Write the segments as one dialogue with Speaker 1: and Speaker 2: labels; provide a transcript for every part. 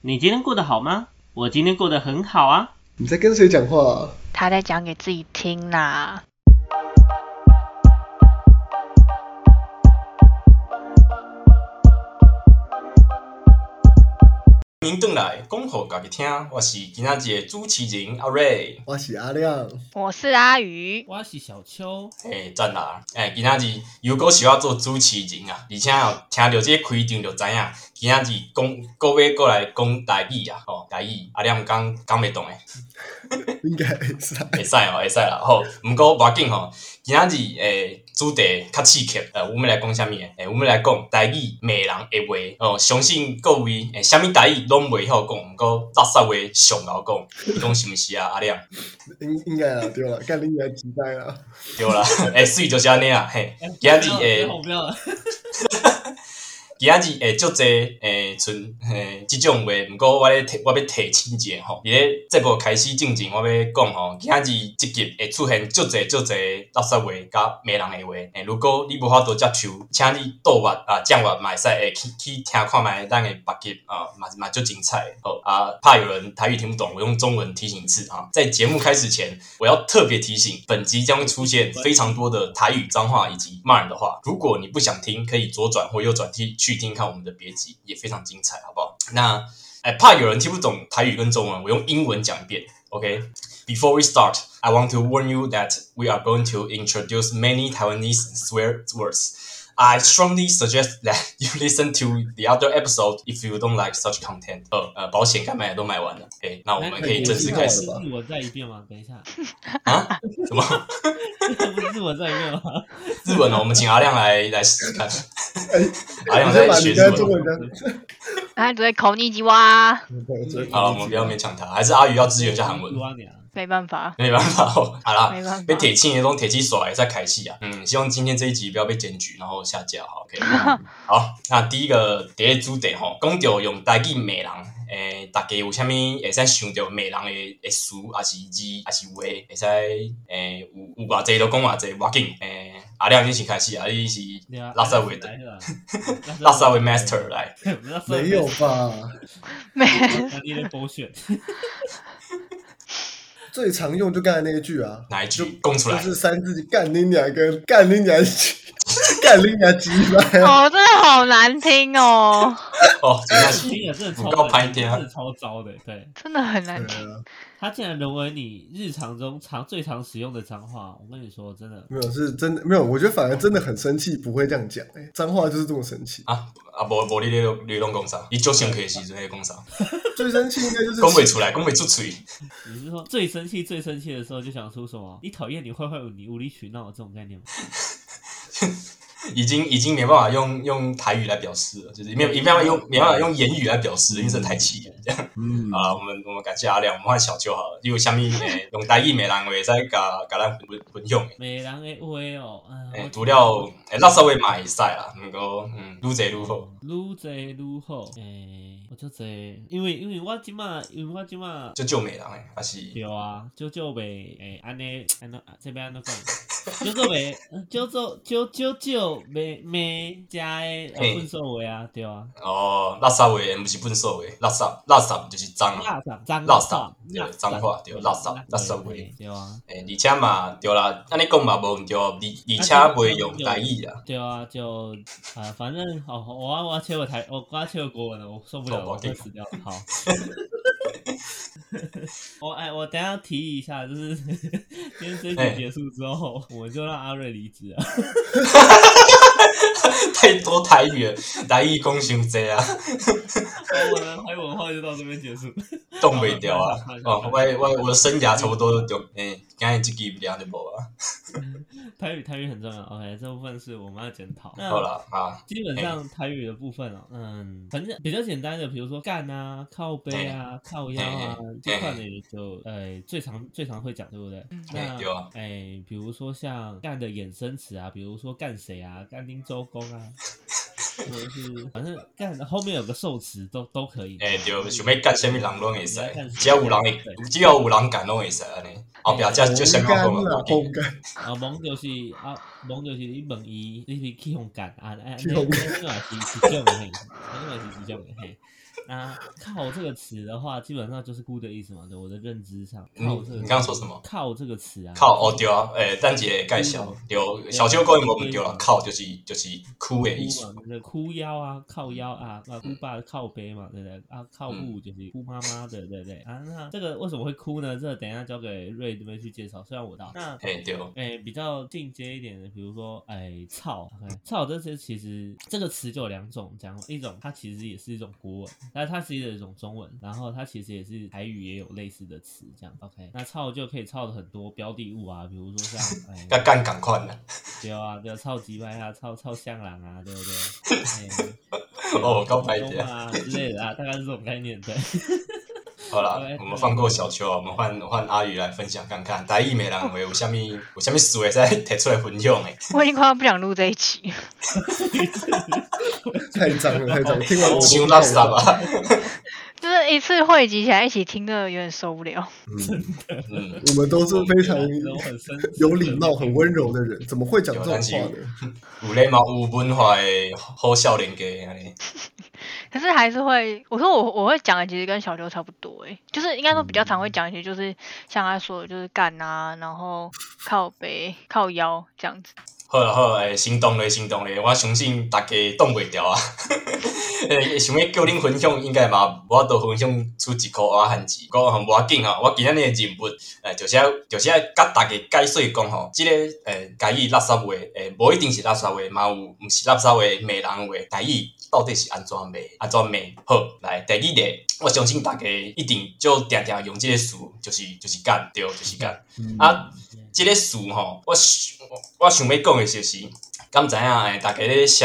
Speaker 1: 你今天过得好吗？我今天过得很好啊。
Speaker 2: 你在跟谁讲话、啊？
Speaker 3: 他在讲给自己听啦。
Speaker 4: 您转来讲互家己听，我是今仔日的主持人阿瑞。
Speaker 2: 我是阿亮，
Speaker 3: 我是阿鱼，
Speaker 1: 我是小秋，
Speaker 4: 嘿，赞啦！诶、今仔日又搁是我做主持人啊，而且哦，听到这个开场就知影，今仔日讲搁要过来讲台语啊，吼、台语阿念讲讲袂动诶，
Speaker 2: 应该啊会使。
Speaker 4: 会使哦， 会使啦，吼。毋过无要紧吼，今仔日诶主题较刺激，呃，我们来讲啥物诶？诶、我们来讲台语骂人诶话，哦、相信各位诶，啥物台语拢袂晓讲，毋过垃圾话上敖讲，你讲是毋是啊？阿亮，
Speaker 2: 应应该啦，对啦，干你来期待啦。
Speaker 4: 对啦， 诶、水就是安尼啊，嘿，
Speaker 1: 哎
Speaker 4: 今仔日诶。
Speaker 1: 不要了，
Speaker 4: 今仔日会足侪诶，像诶即种话，毋过我咧提我要提醒一下吼，伫咧节目开始之前，我要讲吼，今仔日即集会出现足侪足侪垃圾话甲骂人诶话。诶、如果你无法度接受，请你倒watch 啊，降watch 嘛会使诶去去听看觅咱诶别集啊，嘛嘛足精彩的吼啊！怕有人台语听不懂，我用中文提醒一次啊。在节目开始前，我要特别提醒，本集将会出现非常多的台语脏话以及骂人的话。如果你不想听，可以左转或右转去去听看我们的别集，也非常精彩，好不好？那哎，怕有人听不懂台语跟中文，我用英文讲一遍，OK？Before we start, I want to warn you that we are going to introduce many Taiwanese swear words. I strongly suggest that you listen to the other episode if you don't like such content. 呃呃，保险该买的都买完了，OK，那我们可以正式开始
Speaker 2: 吧
Speaker 1: 自我再一遍吗？等一下，
Speaker 4: 啊？什么
Speaker 1: 不是自我再一遍吗？
Speaker 4: 日文哦呢？我们请阿亮来来试试看。 阿亮
Speaker 2: 你先
Speaker 4: 在
Speaker 2: 把哎
Speaker 4: 学
Speaker 2: 你
Speaker 4: 日
Speaker 2: 刚才中
Speaker 4: 文。
Speaker 2: 文讲。
Speaker 3: 他只会口你鸡哇，
Speaker 4: 嗯好了，我们不要勉强他，还是阿宇要支援一下韩文。
Speaker 1: 我娘
Speaker 3: 没办法，
Speaker 4: 没办法哦，好啦，
Speaker 3: 没办
Speaker 4: 被
Speaker 3: 法。
Speaker 4: 铁青也种铁青耍也在凯西啊，嗯，希望今天这一集不要被检举，然后下架，好，OK。好，那第一个第一主题吼，讲到用台语骂人，诶、大家有啥物会使想到骂人的的词，还是字，还是话，会使诶有有偌济都讲偌济，无要紧，诶、阿亮你先开始啊，你是
Speaker 1: 对啊，
Speaker 4: 垃圾话的
Speaker 1: 来了，
Speaker 4: 垃
Speaker 1: 垃
Speaker 4: 圾话 master 来，
Speaker 1: 垃圾
Speaker 2: 没有吧？
Speaker 3: 没，
Speaker 1: 那你的 bullshit，
Speaker 2: 最常用就刚才那一句啊，
Speaker 4: 哪一句讲出
Speaker 2: 就
Speaker 4: 来？
Speaker 2: 是三字经干你娘跟干你娘鸡， 干你娘鸡巴。
Speaker 3: 哦，真的好难听哦，
Speaker 4: 哦，真的是
Speaker 1: 听也真的超
Speaker 4: 广告拍天啊
Speaker 1: 真的超糟的。对，
Speaker 3: 真的很难
Speaker 2: 对
Speaker 3: 听。
Speaker 2: 啊，
Speaker 1: 它竟然沦为你日常中常最常使用的脏话，我跟你说，真的。
Speaker 2: 没有是真的没有，我觉得反而真的很生气，不会这样讲、欸。脏话就是这么生气，
Speaker 4: 啊啊，无无你咧你拢讲啥？伊就想开时阵咧讲啥？
Speaker 2: 最生气应该就是
Speaker 4: 讲袂出来，讲袂出嘴。
Speaker 1: 你是说最生气、最生气的时候就想出什么？你讨厌你坏坏你无理取闹这种概念吗？
Speaker 4: 已经已经没办法用用台语来表示了，就是没有没办法用没办法用言语来表示，因为真的太气了。这样
Speaker 2: 嗯
Speaker 4: 好了，我们我们感谢阿亮，我们换小秋好了。因为下面诶用台语没人会使甲甲咱分分享诶，
Speaker 1: 美人的话哦，嗯，
Speaker 4: 诶
Speaker 1: 我
Speaker 4: 除了诶哎垃圾位嘛会使啦，毋过嗯愈侪愈好。
Speaker 1: 愈侪愈好，诶、我就侪，因为因为我即马，因为我即马
Speaker 4: 就救美人诶，还是
Speaker 1: 对啊，少少袂诶，安尼安怎这边安怎讲？少少袂，少少少少少袂袂食诶
Speaker 4: 嘿
Speaker 1: 粪扫话啊，对啊，
Speaker 4: 哦垃圾位，毋是粪扫诶，垃圾垃圾就是脏啊。
Speaker 1: 垃圾脏
Speaker 4: 垃圾
Speaker 1: 圾
Speaker 4: 对脏话对垃圾垃圾话
Speaker 1: 话，对啊
Speaker 4: 诶，哎而且嘛，对啦，安尼讲嘛无毋对，而而且袂用台语啦，
Speaker 1: 对啊，就啊、呃反正哦，我要我要切回台，我我要切回国文了，我受不了了，
Speaker 4: 哦
Speaker 1: 我
Speaker 4: ，OK
Speaker 1: 快死掉 了。好，我哎，我等一下提议一下，就是 今天这一
Speaker 4: 哎
Speaker 1: 集结束之后，我就让阿瑞离职 啊。
Speaker 4: 太多台语了，台语讲伤济啊。
Speaker 1: 我的台文化就到这边结束。
Speaker 4: 冻袂掉啊
Speaker 1: 好！好
Speaker 4: 哦
Speaker 1: 好，
Speaker 4: 我我我的生涯差不多就诶，今日即期不了就无啊。
Speaker 1: 台语台语很重要，OK，这部分是我们要检讨。
Speaker 4: 好
Speaker 1: 那
Speaker 4: 啦啊，
Speaker 1: 基本上台语的部分哦，嗯，反正比较简单的，比如说干啊、靠背啊、靠腰啊
Speaker 4: 嘿嘿，
Speaker 1: 这块的也就呃最常最常会讲，对不对？那
Speaker 4: 嘿对啊
Speaker 1: 哎、比如说像干的衍生词啊，比如说干谁啊、干丁周公啊，或者是反正干后面有个受词都都可以。
Speaker 4: 诶，对，想要干啥物人拢会使
Speaker 1: 你要干，
Speaker 4: 只要有人会，只要有人干拢会使安尼。后壁才就啥物
Speaker 2: 干
Speaker 4: 讲嘛
Speaker 2: 啦，，
Speaker 4: 无要
Speaker 2: 烘
Speaker 4: 紧
Speaker 2: 干，
Speaker 1: 啊，懵就是啊，懵就是你问伊，你是去互干啊？啊，
Speaker 2: 去互
Speaker 1: 干，那个是是种的嘿，那个是是种的嘿。那“靠”这个词的话，基本上就是“姑”的意思嘛，对我的认知上，“
Speaker 4: 嗯
Speaker 1: 靠”这个
Speaker 4: 你刚刚说什么
Speaker 1: 靠”这个词啊，
Speaker 4: 靠哦对啊，诶、咱一个介绍嗯对，啊小秋讲英文毋对啦，靠就是就是哭的意
Speaker 1: 哭
Speaker 4: 思嗯
Speaker 1: 嘛，，那哭腰啊，靠腰啊，啊哭爸靠背嘛，对不对？啊靠物就是哭妈妈的，对不对？啊，那这个为什么会哭呢？这个等一下交给瑞这边去介绍，虽然我到那。
Speaker 4: 嘿对，
Speaker 1: 哎、比较进阶一点的，比如说，哎、操，哎操，这是其实这个词就有两种讲法，一种它其实也是一种国文，但它其实也是一种中文，然后它其实也是台语也有类似的词，这样 OK。那操就可以操的很多标的物啊，比如说像，哎、
Speaker 4: 甲干共款啦，
Speaker 1: 对啊，对啊，超级掰啊，超超像狼啊，对不对？
Speaker 4: 哦
Speaker 1: 高
Speaker 4: 够白的
Speaker 1: 啊之类的啊，大概是这种概念，对。
Speaker 4: 好啦
Speaker 1: OK，
Speaker 4: 我们放过小秋啊，我们换换阿宇来分享看看，台语美人话有啥物有啥物事会使摕出来分享诶，
Speaker 3: 我已经快要不想录这一集了。
Speaker 2: 太脏了，太脏了，听 完我
Speaker 4: 伤垃圾啊，
Speaker 3: 就是一次汇集起来一起听的，有点受不了。
Speaker 2: 嗯，
Speaker 4: 嗯，
Speaker 2: 我们都是非常
Speaker 1: 我啊很深
Speaker 2: 有礼貌、很温柔的人，怎么会讲这种话呢？
Speaker 4: 有礼貌有文化诶，好少年家安尼，
Speaker 3: 可是还是会，我说我我会讲的其实跟小刘差不多诶、就是应该说比较常会讲一些，就是像他说的，就是干啊，然后靠背、靠腰这样子。
Speaker 4: 好啦好啦，诶，行动咧行动咧，我相信大家挡袂牢啊， 诶，想要叫恁分享应该嘛，我都分享出一箍我汉字，讲吼无要紧吼，我今仔日诶任务诶，就是要就是要甲大家解说讲吼，即、个诶台语垃圾话，诶、无一定是垃圾话，嘛有毋是垃圾话，骂人话，台语到底是安怎骂，安怎骂？好，来第二个，我相信大家一定就定定用即个词，就是就是干对，就是干。
Speaker 2: 嗯
Speaker 4: 啊，即、个事吼，我想我想要讲的就是，敢知影诶，大家咧写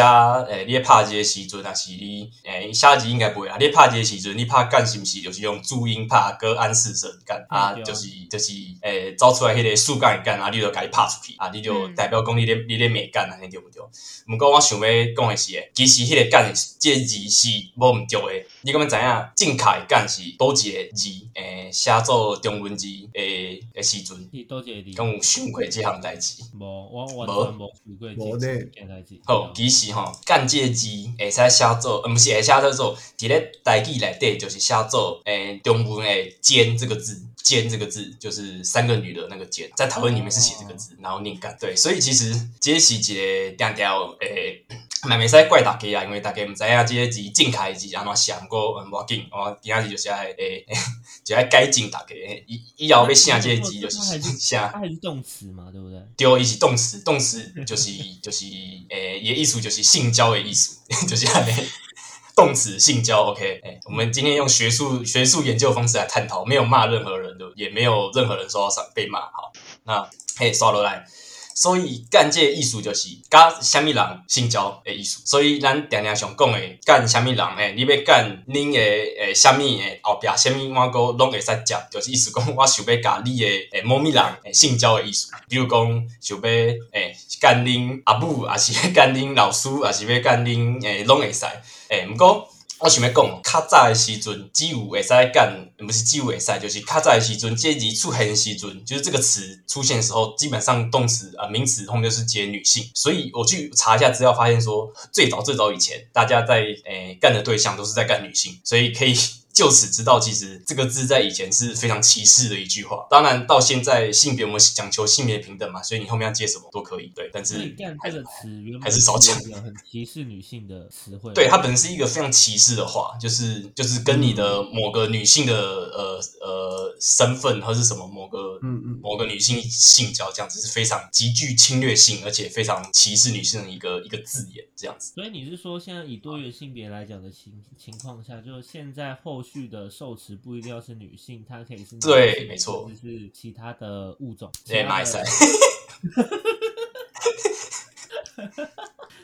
Speaker 4: 诶，你咧拍字的时阵，若是你诶写字应该袂啊，你拍字的时阵，你拍干是毋是就是用注音拍，搁暗示声干啊，
Speaker 1: 对啊
Speaker 4: 就是就是诶，走出来迄个竖干干啊，你就甲伊拍出去啊，你就
Speaker 3: 嗯
Speaker 4: 代表讲你咧你咧美干安尼对毋对？毋过我想要讲的是，其实迄个干即个字是无毋对的。你敢要知影正确的干是倒一个字？诶、写做中文字诶诶时阵，
Speaker 1: 你多谢你。
Speaker 4: 敢有想过即项代志？
Speaker 1: 无，我完全无学过
Speaker 2: 无
Speaker 1: 这
Speaker 2: 呢
Speaker 1: 件代志。啊
Speaker 4: 好，其实吼，干这个字会使写作，毋、是会写作做，伫咧台语内底就是写作，诶、中文诶“尖”这个字，“尖”这个字就是三个女的那个“尖”，在台湾里面是写这个字，然后念干。对，所以其实这是一个定定诶，嘛袂使怪大家啊，因为大家毋知影这个字正确的字安怎写，毋过嗯无要紧，我今仔日就是爱诶， 就爱改进大家，以以后要写这个字就是写。
Speaker 1: 它还是动词嘛，对不对？
Speaker 4: 对，伊是动词，动词就是就是诶，伊、的意思就是性交的意思， 就是安尼。动词性交，OK，诶、我们今天用学术学术研究方式来探讨，没有骂任何人的，也没有任何人受到伤被骂。好，那嘿，刷落来，所以干这个意思就是甲虾米人性交的意思。所以咱常常常讲的干虾米人诶，你要干恁的呃诶虾米诶后壁虾米碗糕拢会使接，就是意思讲我想要甲你的诶某咪人诶性交的意思。比如讲想要诶干恁阿母，也是要干恁老师，也是要干恁诶拢会使。诶，毋过。我想要讲，较早的时阵，只有会使干，不是只有会使，就是较早的时阵，这字出现的时阵，就是这个词出现的时候，基本上动词啊、呃名词后面就是接女性。所以我去查一下资料，发现说，最早最早以前，大家在诶干、的对象都是在干女性，所以可以 就此知道，其实这个字在以前是非常歧视的一句话。当然，到现在性别我们讲求性别平等嘛，所以你后面要接什么都可以，对，但
Speaker 1: 所以
Speaker 4: 是
Speaker 1: “干”
Speaker 4: 还
Speaker 1: 啊这个
Speaker 4: 是
Speaker 1: 词原本
Speaker 4: 还是少讲
Speaker 1: 一个很歧视女性的词汇。啊
Speaker 4: 对，它本身是一个非常歧视的话，就是就是跟你的某个女性的呃呃身份或是什么某个
Speaker 2: 嗯嗯，
Speaker 4: 某个女性性交这样子是非常极具侵略性，而且非常歧视女性的一个一个字眼这样子。
Speaker 1: 所以你是说，现在以多元性别来讲的情情况下，就是现在后续的受词不一定要是女性，它可以是男性
Speaker 4: 对没错
Speaker 1: 或者是其他的物种。
Speaker 4: 对，马来西
Speaker 1: 塞
Speaker 4: 亚，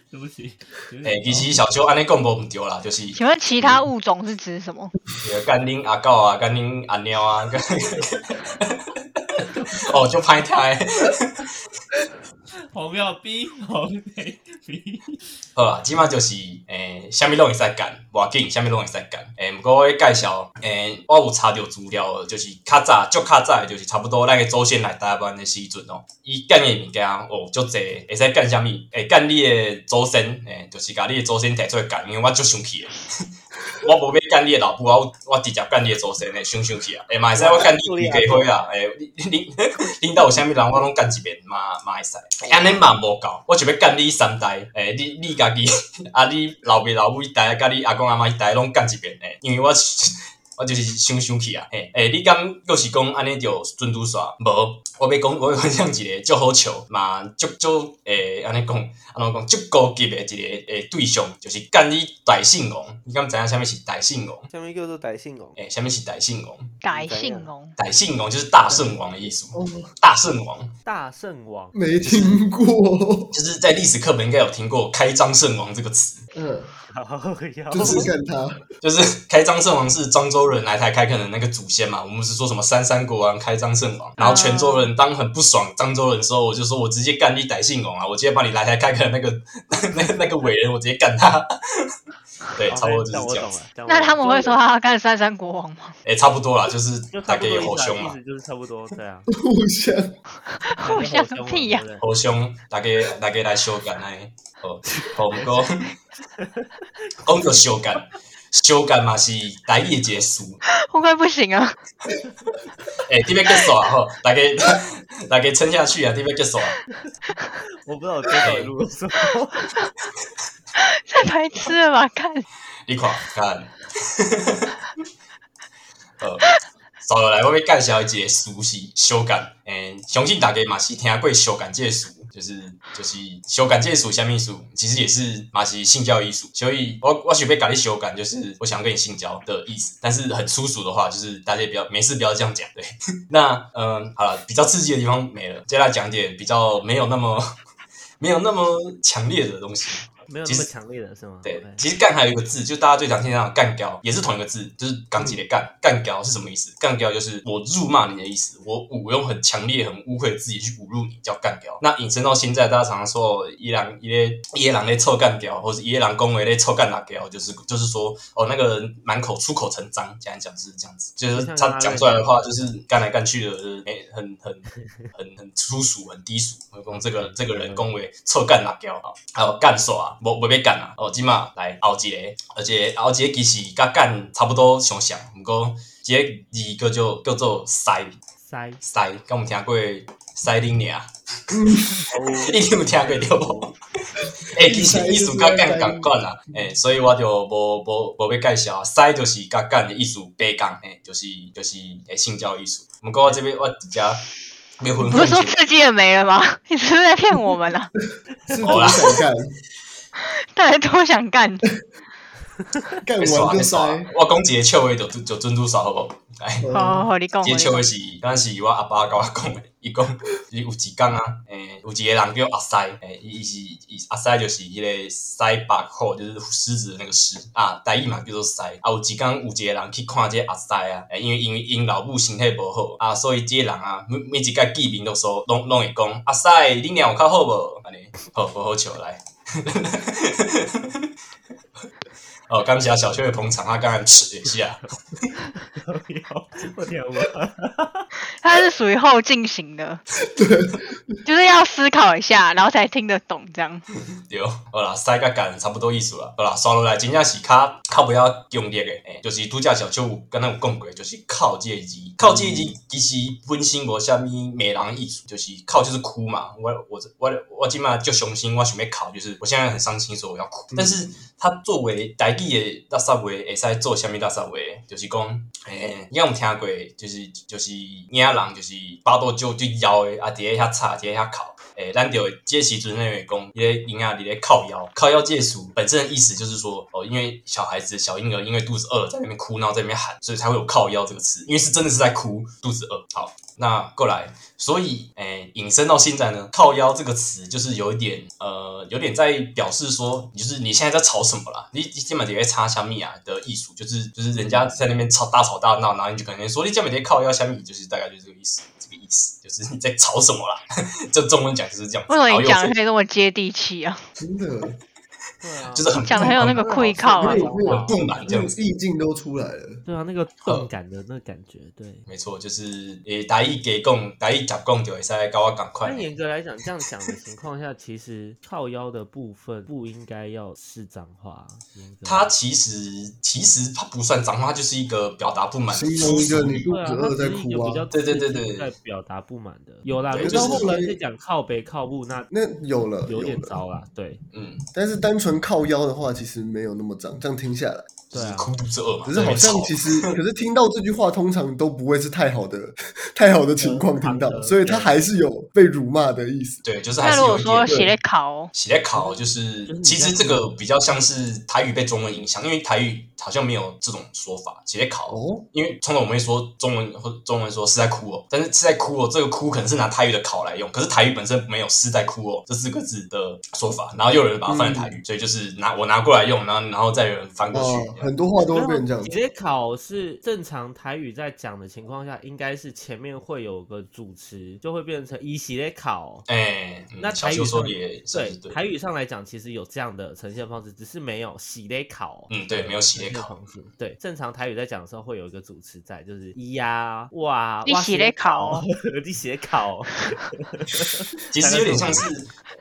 Speaker 1: 对不起，有
Speaker 4: 哎，
Speaker 1: 点
Speaker 4: 其实小秋安尼讲无毋对啦，就是
Speaker 3: 请问其他物种是指什么？
Speaker 4: 干恁阿狗啊，干恁阿猫啊， 干哦就拍胎。
Speaker 1: 红要逼，红得逼。
Speaker 4: 好啦，即马就是诶，虾米拢会使干，无偌紧，啥物拢会使讲。诶、毋过我介绍，诶、我有查着资料的，就是较早，足较早的，就是差不多咱个祖先来台湾的时阵哦，伊干诶物件哦，足济，会使干啥物？会干你诶祖先，诶、就是甲你诶祖先摕出来干，因为我足生气诶。 我无要干你诶老母，我我直接干你诶祖先诶，想想去啊！诶、嘛会使我干你李家辉啊！诶、你你你兜有啥物人，我拢干一遍嘛嘛会使。诶安尼嘛无够，我想要干你三代，诶、你你家己 啊，你老爸老母一代，啊甲你阿公阿妈一代拢干一遍诶、因为我 我就是想想去啊！诶、诶、你讲就是讲安尼就准拄煞无？我要讲我要分享一个足好笑嘛，足足诶安尼讲。安怎讲，足高级的一个诶对象，就是干你大姓王，你敢知影啥物是大姓王？
Speaker 1: 下面叫做歹性哦，
Speaker 4: 诶、啥物是大姓王？
Speaker 3: 改哦
Speaker 1: 怎
Speaker 3: 姓
Speaker 1: 样
Speaker 3: 龙，
Speaker 4: 大姓王就是大圣王的意思，大圣王
Speaker 1: 大圣 王，
Speaker 2: 哦没听过，
Speaker 4: 就是在历史课本应该有听过“开张圣王”这个词，
Speaker 2: 嗯，
Speaker 1: 要
Speaker 2: 就是看他，
Speaker 4: 就是开张圣王是漳州人来台开垦的那个祖先嘛。我们是说什么三山国王开张圣王，然后泉州人当很不爽漳州人的时候，我就说我直接干你歹姓王啊！我直接把你来台开垦的那个那那那个伟人，我直接干他。 对，差不多就是
Speaker 1: 我
Speaker 4: 这样
Speaker 1: 懂
Speaker 4: 子。
Speaker 1: 了。这样我懂了
Speaker 3: 那他们会说他要干三山国王吗？
Speaker 4: 诶、差不多啦，就是
Speaker 1: 就差
Speaker 4: 大
Speaker 1: 不多
Speaker 4: 概
Speaker 1: 意
Speaker 4: 有
Speaker 1: 思
Speaker 4: 好
Speaker 1: 啊
Speaker 4: 凶
Speaker 1: 意
Speaker 4: 嘛。
Speaker 1: 思就是差不多啊这 样。
Speaker 2: 互相
Speaker 3: 互相屁
Speaker 1: 啊
Speaker 3: 呀、
Speaker 1: 对不对
Speaker 4: 互相大家大家来相干安尼，好，好，毋 过讲到相干，相干嘛是台语的一个词。
Speaker 3: 我快不行啊！
Speaker 4: 诶、欸，这边结束啊，吼，大家 大家撑下去啊，这边结束啊。
Speaker 1: 我不知道我接到底录了什么，
Speaker 3: 太白痴了吧？看，
Speaker 4: 你看，看， 呃，扫落来，我要介绍一个词是相干。诶、相信大家嘛是听过相干这个词，就是就是相干这个词，什么意思？其实也是嘛是性交意思。所以我我想要跟你相干，就是我想跟你性交的意思。但是很粗俗的话，就是大家不要没事不要这样讲。对， 那嗯、好了，比较刺激的地方没了，接下来讲点比较没有那么 没有那么强烈的东西。
Speaker 1: 没有那么强烈的是吗？
Speaker 4: 对
Speaker 1: OK，
Speaker 4: 其实“干”还有一个字，就大家最常听到的“干胶”，也是同一个字，就是港籍的“干”。干胶是什么意思？干胶就是我辱骂你的意思，我我用很强烈、很污秽的字眼去侮辱你，叫干胶。那引申到现在，大家常常说伊朗伊咧伊朗咧臭干胶，或者伊朗恭维咧臭干辣椒，就是就是说哦，那个人满口出口成脏，讲一讲是这样子，就是他讲出来的话就是干来干去的，就是哎、很很很很粗俗、很低俗。我讲这个这个人恭维臭干辣椒啊，还有干耍，无无要干啊。哦，即嘛来后一个，而且后一个其实甲干差不多相像，毋过即个字叫做叫做塞
Speaker 1: 塞
Speaker 4: 塞，敢有听过塞恁娘？
Speaker 1: 哦
Speaker 4: 你有听过对无？诶、其实意思甲干共款啦，诶、所以我就无无无要介绍，西就是甲干的意思，白共诶，就是就是诶性交意思。毋过我这边我直接要分
Speaker 3: 不是说
Speaker 4: 享一下，
Speaker 3: 刺激也没了吗？你是不是在骗我们啊？
Speaker 2: 是多想干，
Speaker 3: 大家多想干，
Speaker 2: 干
Speaker 4: 要
Speaker 2: 完
Speaker 4: 要
Speaker 2: 就塞，
Speaker 4: 我讲一个笑话就就准拄煞好无？来。
Speaker 3: 好好
Speaker 2: 嗯
Speaker 3: 好，你讲，
Speaker 4: 这
Speaker 3: 你
Speaker 4: 笑
Speaker 3: 讲
Speaker 4: 话是，敢是我阿爸甲我讲的，伊讲伊有一天啊，诶、有一个人叫阿西，诶、伊伊是伊阿西就是迄个西北虎，就是狮子的那个狮啊，台语嘛叫做西。啊，有一天有一个人去看这个阿西啊，诶、因为因为因老母身体无好啊，所以这个人啊，每每一届见面都说拢拢会讲阿西，你娘有较好无？安尼，好无好笑来。 哦，感谢小秋的捧场，他刚才吃一下。
Speaker 1: 我天啊！
Speaker 3: 它是属于后进型的，就是要思考一下，然后才听得懂这样。
Speaker 4: 对，哦好啦，塞甲干差不多意思啦。好啦，刷落来真正是较较不要强烈的，诶、就是拄则小邱有敢若有讲过，就是靠这个字，靠这个字其实本身无啥物美人意思，就是靠就是哭嘛。我我我我即嘛就伤心，我想要哭，就是我现在很伤心，所以我要哭。但是他作为台语的垃圾话，会使做啥物垃圾话？就是讲，诶、你敢有听过？就是就是影人，就是巴肚就就枵的，啊，伫咧遐吵，伫咧遐哭。诶、咱就会这时阵认为讲，伊咧婴儿伫咧靠腰，靠腰这词本身的意思就是说，哦，因为小孩子小婴儿因为肚子饿了，在那边哭闹，在那边喊，所以才会有靠腰这个词，因为是真的是在哭，肚子饿。好，那过来，所以诶、引申到现在呢，靠腰这个词就是有一点呃，有点在表示说，就是你现在在吵什么啦？你你基本底在插虾米啊的艺术，就是就是人家在那边吵大吵大闹，然后你就可能说你基本在靠腰虾米，就是大概就是这个意思，这个意思就是你在吵 什么啦？这中文讲就是这样子。
Speaker 3: 为什
Speaker 4: 然
Speaker 3: 么
Speaker 4: 后
Speaker 3: 你
Speaker 4: 又
Speaker 3: 讲的
Speaker 4: 分
Speaker 3: 可以这么接地气啊？
Speaker 2: 真的
Speaker 1: 对啊，
Speaker 4: 就是很
Speaker 3: 讲的很有那个
Speaker 1: 好
Speaker 3: 愧靠啊
Speaker 1: 好好
Speaker 2: 那种那种
Speaker 4: 不满这样
Speaker 2: 种
Speaker 4: 子。
Speaker 2: 意境都出来了。
Speaker 1: 对啊，那个动感的那个感觉，对。
Speaker 4: 没错，就是诶，台语给讲，台语甲讲就会使跟我赶快
Speaker 1: 但。严格来讲，这样讲的情况下，其实靠腰的部分不应该要是脏话。严格来
Speaker 4: 他其实其实他不算脏话，它就是一个表达不满。
Speaker 2: 形容一个你肚
Speaker 1: 对
Speaker 2: 子
Speaker 1: 啊，
Speaker 2: 饿
Speaker 1: 它
Speaker 2: 在
Speaker 1: 是一
Speaker 2: 哭
Speaker 1: 个比较
Speaker 2: 啊，
Speaker 1: 自
Speaker 4: 对对
Speaker 1: 信
Speaker 4: 对对
Speaker 1: 在表达不满的。有啦，
Speaker 4: 对
Speaker 1: 如
Speaker 4: 就
Speaker 1: 果
Speaker 4: 是
Speaker 1: 后来在讲靠北靠步，那
Speaker 2: 那有了
Speaker 1: 有点
Speaker 2: 了
Speaker 1: 糟啦。对，
Speaker 4: 嗯，
Speaker 2: 但是单纯靠腰的话，其实没有那么脏。这样听下来，
Speaker 4: 就
Speaker 1: 对
Speaker 4: 是
Speaker 1: 啊，
Speaker 4: 哭肚子饿嘛。
Speaker 2: 只是好像其实，可是听到这句话，通常都不会是太好的、太好的情况听
Speaker 1: 嗯
Speaker 2: 到，所以他还是有被辱骂的意思。
Speaker 4: 对，就是还
Speaker 3: 那
Speaker 4: 是
Speaker 3: 如
Speaker 4: 有
Speaker 3: 果
Speaker 4: 一
Speaker 3: 说
Speaker 4: 点。
Speaker 3: 写在考，
Speaker 4: 写考就是
Speaker 1: 就是，你
Speaker 4: 其实
Speaker 1: 在
Speaker 4: 这个比较像是台语被中文影响，因为台语好像没有这种说法。写考，
Speaker 2: 哦，
Speaker 4: 因为通常我们会说中文或中文说是在哭哦，但是是在哭哦，这个哭可能是拿台语的考来用，可是台语本身没有是在哭哦这四个字的说法，然后又有人把它翻成台语，所以就是拿我拿过来用，然后然后再有人翻过去
Speaker 2: 哦，，很多话都会
Speaker 1: 没
Speaker 2: 变成这
Speaker 1: 有
Speaker 2: 样
Speaker 1: 你
Speaker 2: 子。
Speaker 1: 这考是正常台语在讲的情况下，应该是前面会有个主持，就会变成一系列考。
Speaker 4: 哎、嗯
Speaker 1: 那
Speaker 4: 小
Speaker 1: 台语
Speaker 4: 秋说
Speaker 1: 上
Speaker 4: 也算
Speaker 1: 对
Speaker 4: 是对，
Speaker 1: 台语上来讲，其实有这样的呈现方式，只是没有洗嘞考。
Speaker 4: 嗯对没有洗嘞
Speaker 1: 呈
Speaker 4: 考
Speaker 1: 现方式。对，正常台语在讲的时候会有一个主持在，就是一呀、哇，
Speaker 3: 你
Speaker 1: 哇
Speaker 3: 洗嘞考，哦
Speaker 1: 你洗嘞考，哦
Speaker 4: 其实有点像是，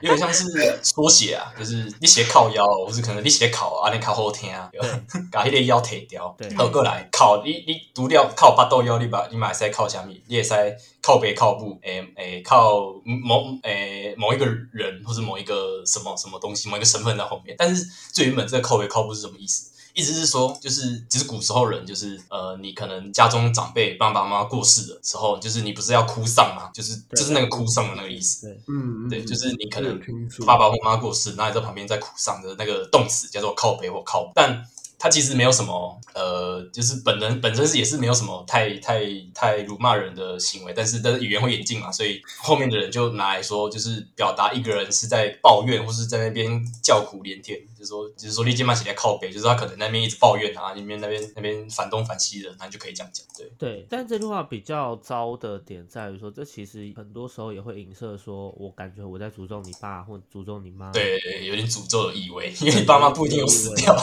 Speaker 4: 有点像是缩写啊，就是你写靠腰，或是可能你写靠啊，你靠后天啊， 把迄个腰提掉，
Speaker 1: 对
Speaker 4: 好过来靠你你除了靠八豆腰，你把你嘛会使靠虾米，你会使靠北靠部，诶、诶、靠某诶、某一个人或是某一个什么什么东西，某一个身份在后面。但是最原本这个靠北靠部是什么意思？意思是说，就是只是古时候人，就是呃，你可能家中长辈爸爸妈妈过世的时候，就是你不是要哭丧吗？就是
Speaker 1: 对
Speaker 4: 就是那个哭丧的那个意思。
Speaker 1: 对，
Speaker 2: 嗯，嗯
Speaker 4: 对，就是你可能
Speaker 2: 有听说
Speaker 4: 爸爸或妈过世，那你在旁边在苦丧的那个动词叫做靠背或靠，但他其实没有什么呃，就是本人本身是也是没有什么太太太辱骂人的行为，但是但是语言会演进嘛，所以后面的人就拿来说，就是表达一个人是在抱怨或是在那边叫苦连天，就是说就是说利剑曼写在靠背，就是他可能那边一直抱怨啊，那边那边那边反东反西的，那你就可以这样讲，对，
Speaker 1: 对，但这句话比较糟的点在于说，这其实很多时候也会影射说，我感觉我在诅咒你爸或诅咒你妈。
Speaker 4: 对，有点诅咒的意味，因为你爸妈不一定有死掉，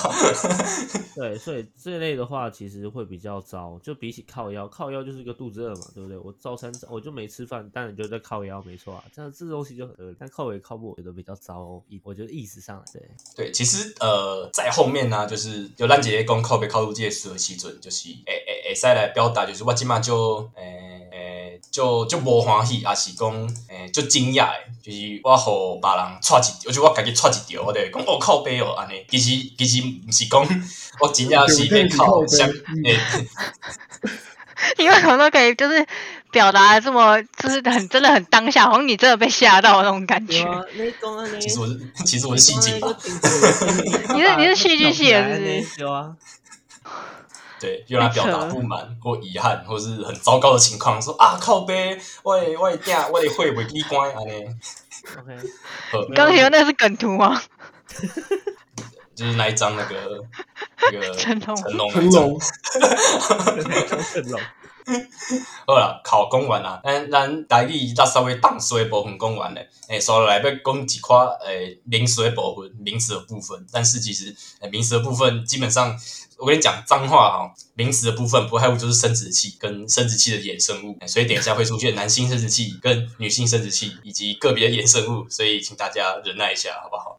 Speaker 1: 对，所以这类的话其实会比较糟，就比起靠腰，靠腰就是一个肚子饿嘛，对不对？我照三餐我就没吃饭，当然就在靠腰，没错啊。这样这东西就很饿，但靠尾靠不，我觉得比较糟、哦。意我觉得意识上来，对，
Speaker 4: 对，其实呃，在后面呢、就是有咱一个讲靠北靠入这个时的时阵，就是会会会使来表达，就是我即马就诶诶，就就无欢喜，也是讲诶就惊讶诶，就是我互别人踹一，就是我家己踹一条，我就会讲哦靠北哦安尼。其实其实毋是讲我真正是被靠
Speaker 2: 对
Speaker 4: 像
Speaker 2: 我真的是靠
Speaker 4: 诶，
Speaker 3: 你为什么都可以就是表达得这么就是很真的很当下，好像你真的被吓到的那种感觉。，
Speaker 1: 那公安
Speaker 4: 其实我是其实我是戏 精吧，
Speaker 1: 你
Speaker 3: 你是你是戏剧系的是不是
Speaker 1: 有啊，
Speaker 4: 对，用来表达不满或遗憾，或是很糟糕的情况，说啊靠北，我的我的囝我的会袂记关安尼。
Speaker 1: 啊 OK，
Speaker 4: 好
Speaker 3: 你刚刚学那是梗图吗？
Speaker 4: 就是那一张那个那个
Speaker 3: 成龙
Speaker 4: 成龙那
Speaker 2: 成
Speaker 4: 一
Speaker 1: 很
Speaker 2: 龙，
Speaker 4: 张。
Speaker 1: 冷。
Speaker 4: 好啦，考讲完啦，咱咱台语咱稍微淡水的部分讲完咧，诶、所以来要讲一寡诶零食的部分，零食的部分。但是其实诶零食的部分，基本上我跟你讲脏话哈、零食的部分不外乎就是生殖器跟生殖器的衍生物，诶所以等一下会出现男性生殖器跟女性生殖器以及个别的衍生物，所以请大家忍耐一下，好不好？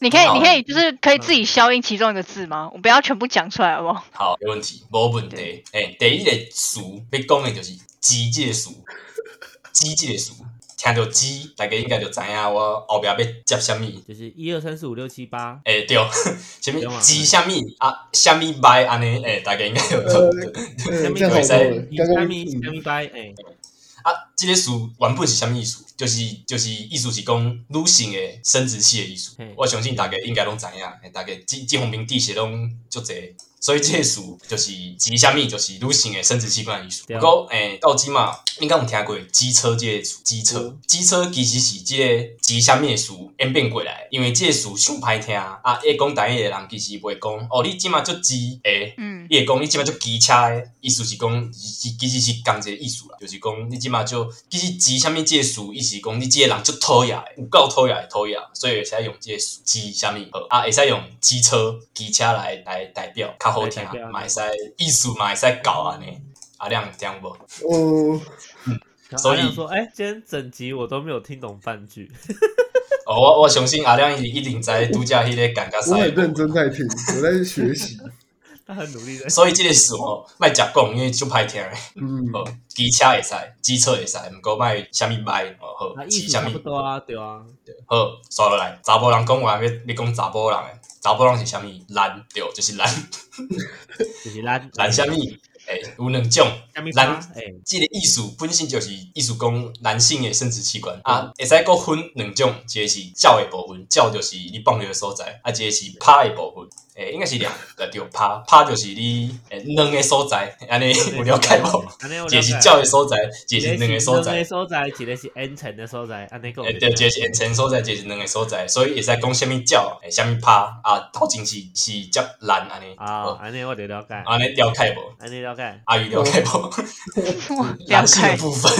Speaker 3: 你可以
Speaker 4: 好
Speaker 3: 你可以就是可以自己消音其中一个字吗？我不要全部讲出来好不好？
Speaker 4: 好，没问题，无问题。诶、第一个词要讲的就是鸡这个词， 鸡这个词，听到鸡，大家应该就知影我后壁要接什么。
Speaker 1: 就是一二三四五六七八，
Speaker 4: 诶、对，前
Speaker 1: 对嘛
Speaker 4: 面鸡 什么啊，什么白安尼，诶、大家应该有做。
Speaker 1: 下
Speaker 2: 嗯
Speaker 1: 面
Speaker 2: 这样好
Speaker 4: 鬼
Speaker 2: 多
Speaker 4: 才
Speaker 2: 了。刚
Speaker 1: 下
Speaker 2: 刚
Speaker 1: 面
Speaker 2: 嗯
Speaker 1: 下面拜，哎，
Speaker 4: 啊，这个词原本是什么意思？就是就是意思是讲女性的生殖器的意思
Speaker 1: 嘿。
Speaker 4: 我相信大家应该拢知影，诶大家这这方面知识拢足侪。所以这属就是及虾米，就是女性的生殖器官的艺术。
Speaker 1: 对
Speaker 4: 不
Speaker 1: 啊
Speaker 4: 过诶，到即嘛，你敢有听过机车这个词？机
Speaker 1: 嗯
Speaker 4: 车，机车其实是这个及虾米的词演变过来的，因为这个词上歹听啊，会讲台语的人其实袂讲哦，你即嘛就机诶。
Speaker 3: 嗯，
Speaker 4: 伊会讲你即摆就机车诶，意思是讲，其其实是同一个意思啦，就是讲你即摆就其实机啥物即个词，意思是讲你即个人就讨厌的，有够讨厌的讨厌，所以会使用即个词机啥物好啊，会使用机车、机车来来代表，较好听
Speaker 1: 来代表，
Speaker 4: 嘛会使意思嘛会使搞安尼。阿亮有听无？
Speaker 2: 哦，
Speaker 4: 所以
Speaker 1: 阿亮说，哎、今天整集我都没有听懂半句，
Speaker 4: 哦，我我相信阿亮伊一定知拄则迄个感觉
Speaker 2: 我
Speaker 4: 啥。
Speaker 2: 很认真在听，我在学 习。
Speaker 1: 他很努力在。
Speaker 4: 所以即个词吼，莫食讲，因为就歹听诶。
Speaker 2: 嗯，
Speaker 4: 哦，机车会使，机车会使，毋过莫啥物歹哦
Speaker 1: 啊，
Speaker 4: 好，
Speaker 1: 意
Speaker 4: 骑
Speaker 1: 思
Speaker 4: 啥
Speaker 1: 差不
Speaker 4: 物。
Speaker 1: 多啊，对啊，
Speaker 4: 好，刷落来，查甫人讲话要要讲查甫人诶，查甫人是啥物？懒对，就是懒，
Speaker 1: 就是咱
Speaker 4: 懒啥物？诶、有两种，
Speaker 1: 下面
Speaker 4: 咱
Speaker 1: 哎，
Speaker 4: 即、个意思本身就是意思讲男性诶生殖器官啊，会使阁分两种，一个是鸟诶部分，鸟就是你放尿诶所在，啊，一个是趴诶部分，诶、应该是两个对，趴趴就是你诶卵诶所在，安尼有了解无？
Speaker 1: 安尼我了
Speaker 4: 一
Speaker 1: 解
Speaker 4: 个是鸟诶所在，一个是
Speaker 1: 一
Speaker 4: 卵
Speaker 1: 个
Speaker 4: 诶
Speaker 1: 是
Speaker 4: 所
Speaker 1: 两
Speaker 4: 在
Speaker 1: 个。所在，一个是 N 层的所在，安尼讲
Speaker 4: 诶，对，这是延伸所在，这是两个所在，所以会使讲虾米鸟，诶，虾米趴啊，头前是是接蓝安尼，
Speaker 1: 啊，
Speaker 4: 哦
Speaker 1: 安尼我就了解，
Speaker 4: 安尼了解无？
Speaker 1: 安尼了解，
Speaker 4: 阿宇了解 无？
Speaker 3: 我了
Speaker 4: 男性的
Speaker 3: 解，
Speaker 4: 部分，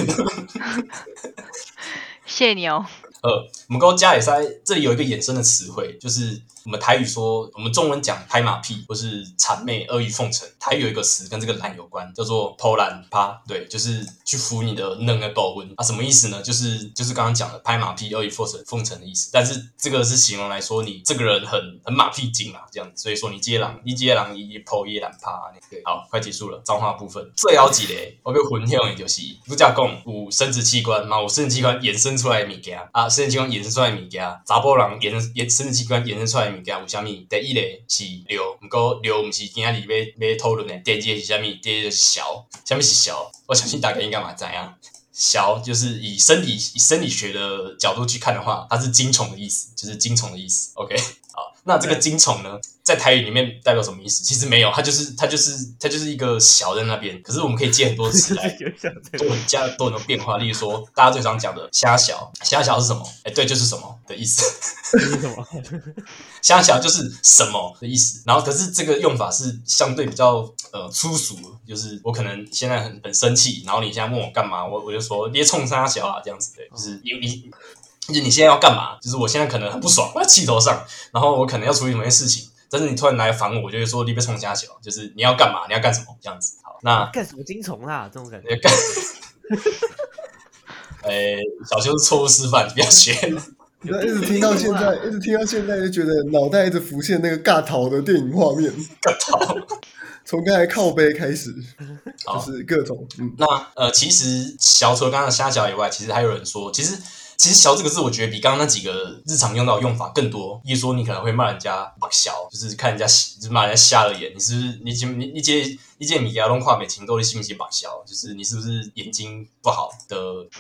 Speaker 3: 谢谢你哦。
Speaker 4: 呃，我们刚加也塞这里有一个衍生的词汇，就是我们台语说，我们中文讲拍马屁或是谄媚、阿谀奉承，台语有一个词跟这个懒有关，叫做偷懒趴，对，就是去扶你的嫩的狗魂啊，什么意思呢？就是就是刚刚讲的拍马屁、阿谀奉承、奉承的意思，但是这个是形容来说你这个人很很马屁精啊，这样子，所以说你接狼，你接狼，一抛一懒趴，对，好，快结束了，脏话部分最后一个，我被混淆的就是，主角讲有生殖器官嘛，有生殖器官衍生出来的物件啊，生殖器官衍生出来的物件，查甫人衍生衍生殖器官衍生出来的物件有啥物？第一个是尿，毋过尿毋是今仔日要要讨论的，第二个是啥物？第二个是小，啥物是小？我相信大家应该嘛知影。小就是以生理以生理学的角度去看的话，它是精虫的意思，就是精虫的意思。OK，好，那这个精虫呢，在台语里面代表什么意思？其实没有，它就是它就是它就是一个小在那边，可是我们可以借很多词 来
Speaker 1: 有想这
Speaker 4: 对
Speaker 1: 个
Speaker 4: 我们加了多很多变化，例如说大家最常讲的虾小，虾小是什么？哎，对，就是什么的意思。
Speaker 1: 是什么？
Speaker 4: 虾小就是什么的意思。然后可是这个用法是相对比较呃粗俗的，就是我可能现在很很生气，然后你现在问我干嘛，我我就说别冲杀小啊这样子，对，就是你你。就是你现在要干嘛？就是我现在可能很不爽，我在气头上，然后我可能要处理某些事情，但是你突然来烦我，我就会说你被冲虾小，就是你要干嘛？你要干什么？这样子。好，那
Speaker 1: 干什么精虫啦？这种感觉
Speaker 4: 也干。 哎、小修是错误示范，不要学。
Speaker 2: 那一直听到现在，一直听到现在，就觉得脑袋一直浮现那个尬逃的电影画面。
Speaker 4: 个头。
Speaker 2: 从刚才靠背开 始，就
Speaker 4: 好
Speaker 2: 是各种嗯，
Speaker 4: 那呃，其实小除了刚刚的虾小以外，其实还有人说，其实其实“小”这个字，我觉得比刚刚那几个日常用到的用法更多。一说你可能会骂人家“小”，就是看人家就是骂人家瞎了眼，你是不是你今你你这你这米亚龙跨美情都你信不信“小”，就是你是不是眼睛不好的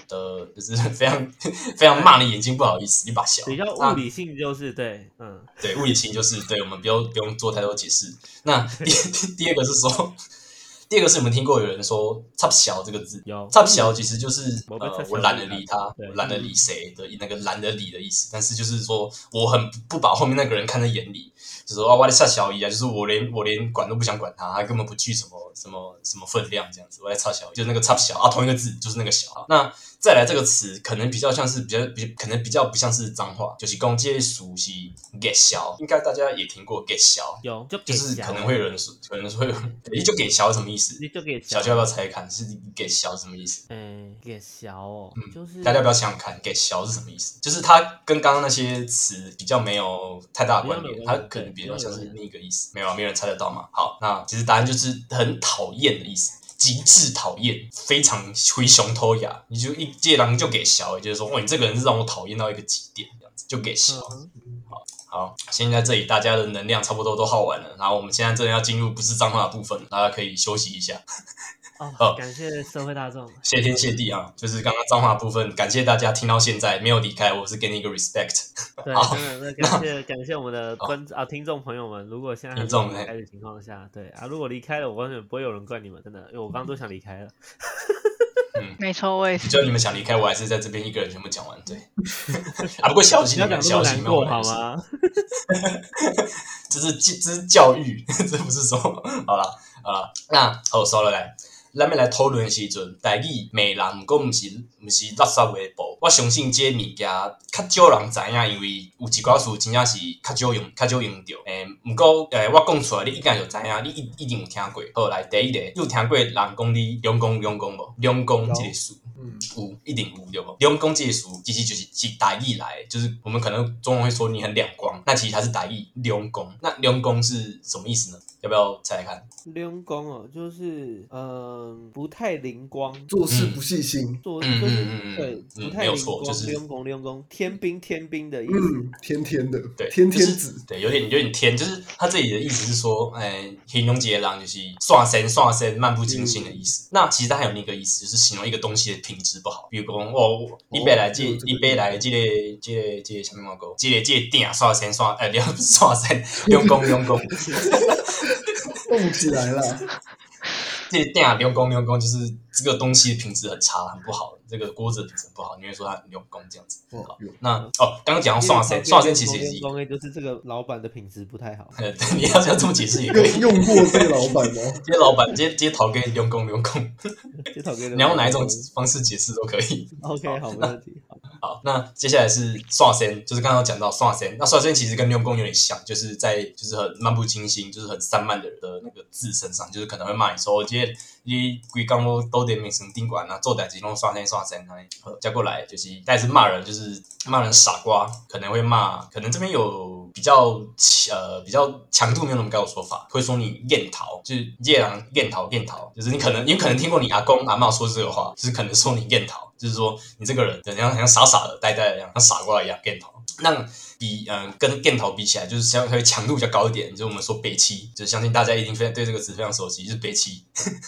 Speaker 4: 的，就是 非常非常骂你眼睛不好意思，你“小”
Speaker 1: 比较
Speaker 4: 那
Speaker 1: 物理性就是对，嗯，
Speaker 4: 对，物理性就是对，我们不用不用做太多解释。那 第第二个是说， 第二个是我们听过有人说“插小”这个字，
Speaker 1: 有
Speaker 4: 插小其实就是
Speaker 1: 哦我被插
Speaker 4: 呃
Speaker 1: 小，
Speaker 4: 我懒得理他，
Speaker 1: 对
Speaker 4: 我懒得理谁的那个懒得理的意思。但是就是说，我很不不把后面那个人看在眼里，就说啊，我在插小姨啊，就是我连我连管都不想管他，他根本不具什么什么什么分量这样子。我在插小姨，就是那个插小啊，同一个字就是那个小。啊那再来这个词，可能比较像是比较比可能比较不像是脏话，就是攻击熟悉 get 小，应该大家也听过 get 小，
Speaker 1: 有就给
Speaker 4: 就是
Speaker 1: 小
Speaker 4: 可能会有人说， 可能会有人，你就给小是什么意思？
Speaker 1: 你就给
Speaker 4: 小就要不要猜看是 get 小是什么意思？
Speaker 1: 哎给小哦，
Speaker 4: 嗯
Speaker 1: 就是
Speaker 4: 大家不要想想看，给小是什么意思？就是它跟刚刚那些词比较没有太大的关联
Speaker 1: 没，有
Speaker 4: 它
Speaker 1: 关联
Speaker 4: 可能比较像
Speaker 1: 对
Speaker 4: 是
Speaker 1: 没有
Speaker 4: 另一个意思。没有啊，没有人猜得到嘛。好，那其实答案就是很讨厌的意思，极致讨厌，非常灰熊偷牙。你就一借狼就给小，也就是说，哇，哦你这个人是让我讨厌到一个极点，这样子就给小。
Speaker 1: 嗯
Speaker 4: 好，现在这里大家的能量差不多都耗完了，然后我们现在真的要进入不是脏话的部分了，大家可以休息一下。
Speaker 1: 哦
Speaker 4: 哦，
Speaker 1: 感谢社会大众。
Speaker 4: 谢天谢地啊！就是刚刚脏话部分，感谢大家听到现在没有离开，我是给你一个 respect。
Speaker 1: 对，
Speaker 4: 好
Speaker 1: 真的，那感谢感谢我们的观啊听众朋友们，如果现在还没
Speaker 4: 听
Speaker 1: 有
Speaker 4: 众
Speaker 1: 离
Speaker 4: 哎
Speaker 1: 开的情况下，对啊，如果离开了，我完全不会有人怪你们，真的，因为我刚刚都想离开了。
Speaker 3: 没错，我也是。
Speaker 4: 只要你们想离开，我还是在这边一个人全部讲完。 对，啊，不过消息
Speaker 1: 不
Speaker 4: 你
Speaker 1: 要讲
Speaker 4: 们
Speaker 1: 这么
Speaker 4: 消息
Speaker 1: 难
Speaker 4: 没有
Speaker 1: 过
Speaker 4: 完
Speaker 1: 好
Speaker 4: 没事？
Speaker 1: 吗？
Speaker 4: 这是这这是教育， 这不是说好了啊。那好，说落来，咱们来讨论的时阵，台语骂人，毋过毋是毋是垃圾话部。我相信这物件较少人知影，因为有一寡词真正是较少用，较少用着。诶、毋过诶，我讲出来，你应该就知影，你一一定有听过。好，来第一个，你有听过人讲你用功用功无？用功即个词。
Speaker 2: 嗯，
Speaker 4: 有一定有对不？用功这俗其实就是是打义来的，就是我们可能中文会说你很两光，那其实它是打义用功。那用功是什么意思呢？要不要猜猜看？
Speaker 1: 溜光哦，就是嗯，不太灵光，
Speaker 2: 做事不细心，
Speaker 1: 做
Speaker 4: 嗯
Speaker 1: 就是
Speaker 4: 嗯嗯嗯
Speaker 1: 对
Speaker 4: 嗯，
Speaker 1: 不
Speaker 4: 没
Speaker 1: 太
Speaker 4: 有
Speaker 1: 灵
Speaker 4: 错
Speaker 1: 光，
Speaker 4: 就是
Speaker 1: 溜工溜工，天兵天兵的意思。
Speaker 2: 嗯，天天的，
Speaker 4: 对，
Speaker 2: 天天
Speaker 4: 就
Speaker 2: 子
Speaker 4: 是，对，有点有点天，就是他这里的意思是说，哎、形容杰郎就是刷身刷身漫不经心的意思。那其实它还有另一个意思，就是形容一个东西的品质不好，比如讲我一杯来这
Speaker 2: 有这个
Speaker 4: 一杯来这个这个这个什么狗，这个这个店刷身刷，哎、不要刷身用功用功。
Speaker 2: 动起来 了。
Speaker 4: 这啊电影用功用功，就是这个东西的品质很差，很不好。这个锅子的品质很不好，你会说它很用功这样子。
Speaker 2: 哦，有
Speaker 4: 那哦，刚刚讲到刷身，刷身其实也是一
Speaker 1: 溜
Speaker 4: 个，
Speaker 1: 工，就是这个老板的品质不太好。
Speaker 4: 呃， 对你要要这么解释 也可以。
Speaker 2: 用用过这个老板吗？
Speaker 4: 接老板，接接讨跟用功用功，
Speaker 1: 这讨论
Speaker 4: 你要用哪一种方式解释都可以。
Speaker 1: ？OK，好，没问题。好
Speaker 4: 好，那接下来是刷身，就是刚刚讲到刷身。那刷身其实跟用功有点像，就是在就是很漫不经心，就是很散漫的人的那个字身上，就是可能会骂你说，我今天你规工我都得名神顶管啊，做代志拢刷身刷身啊。好再过来就是，但是骂人就是骂人傻瓜，可能会骂，可能这边有比较呃比较强度没有那么高的说法，会说你厌逃，就是夜郎厌逃厌逃，就是你可能你可能听过你阿公阿嬷说这个话，就是可能说你厌逃，就是说你这个人怎样好像傻傻的呆呆的一样，像傻瓜一样厌逃。那比嗯、呃跟电头比起来，就是相对强度比较高一点，就是我们说北七，就是相信大家一定非常对这个词非常熟悉，就是北七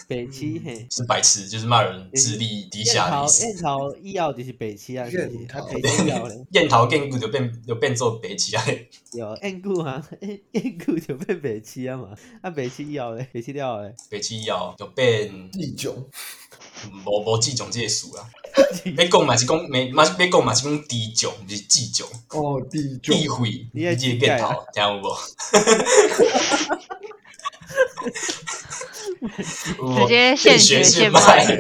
Speaker 1: 北七嘿，
Speaker 4: 是白痴，就是骂人智力低
Speaker 1: 燕
Speaker 4: 下的
Speaker 1: 巢
Speaker 4: 意思。
Speaker 1: 燕巢医药就是北七啊，是不是
Speaker 2: 燕
Speaker 1: 啊
Speaker 2: 巢
Speaker 1: 北七药嘞。
Speaker 4: 燕桃变故就变就变做北七啊，
Speaker 1: 有 燕固啊，燕燕固就变北七啊嘛，啊北七了嘞，北七了嘞，
Speaker 4: 北七要就变
Speaker 2: 第九，
Speaker 4: 无无记种这个数啊。 要讲嘛是讲没嘛是要讲嘛是讲低种，不是记种，
Speaker 2: 哦，第九，
Speaker 4: 低慧，
Speaker 1: 你的
Speaker 4: 你这
Speaker 1: 乞丐
Speaker 4: 个
Speaker 1: 啊
Speaker 4: 头听有无？有
Speaker 3: 直
Speaker 4: 无
Speaker 3: 接 现学现卖
Speaker 4: 卖，。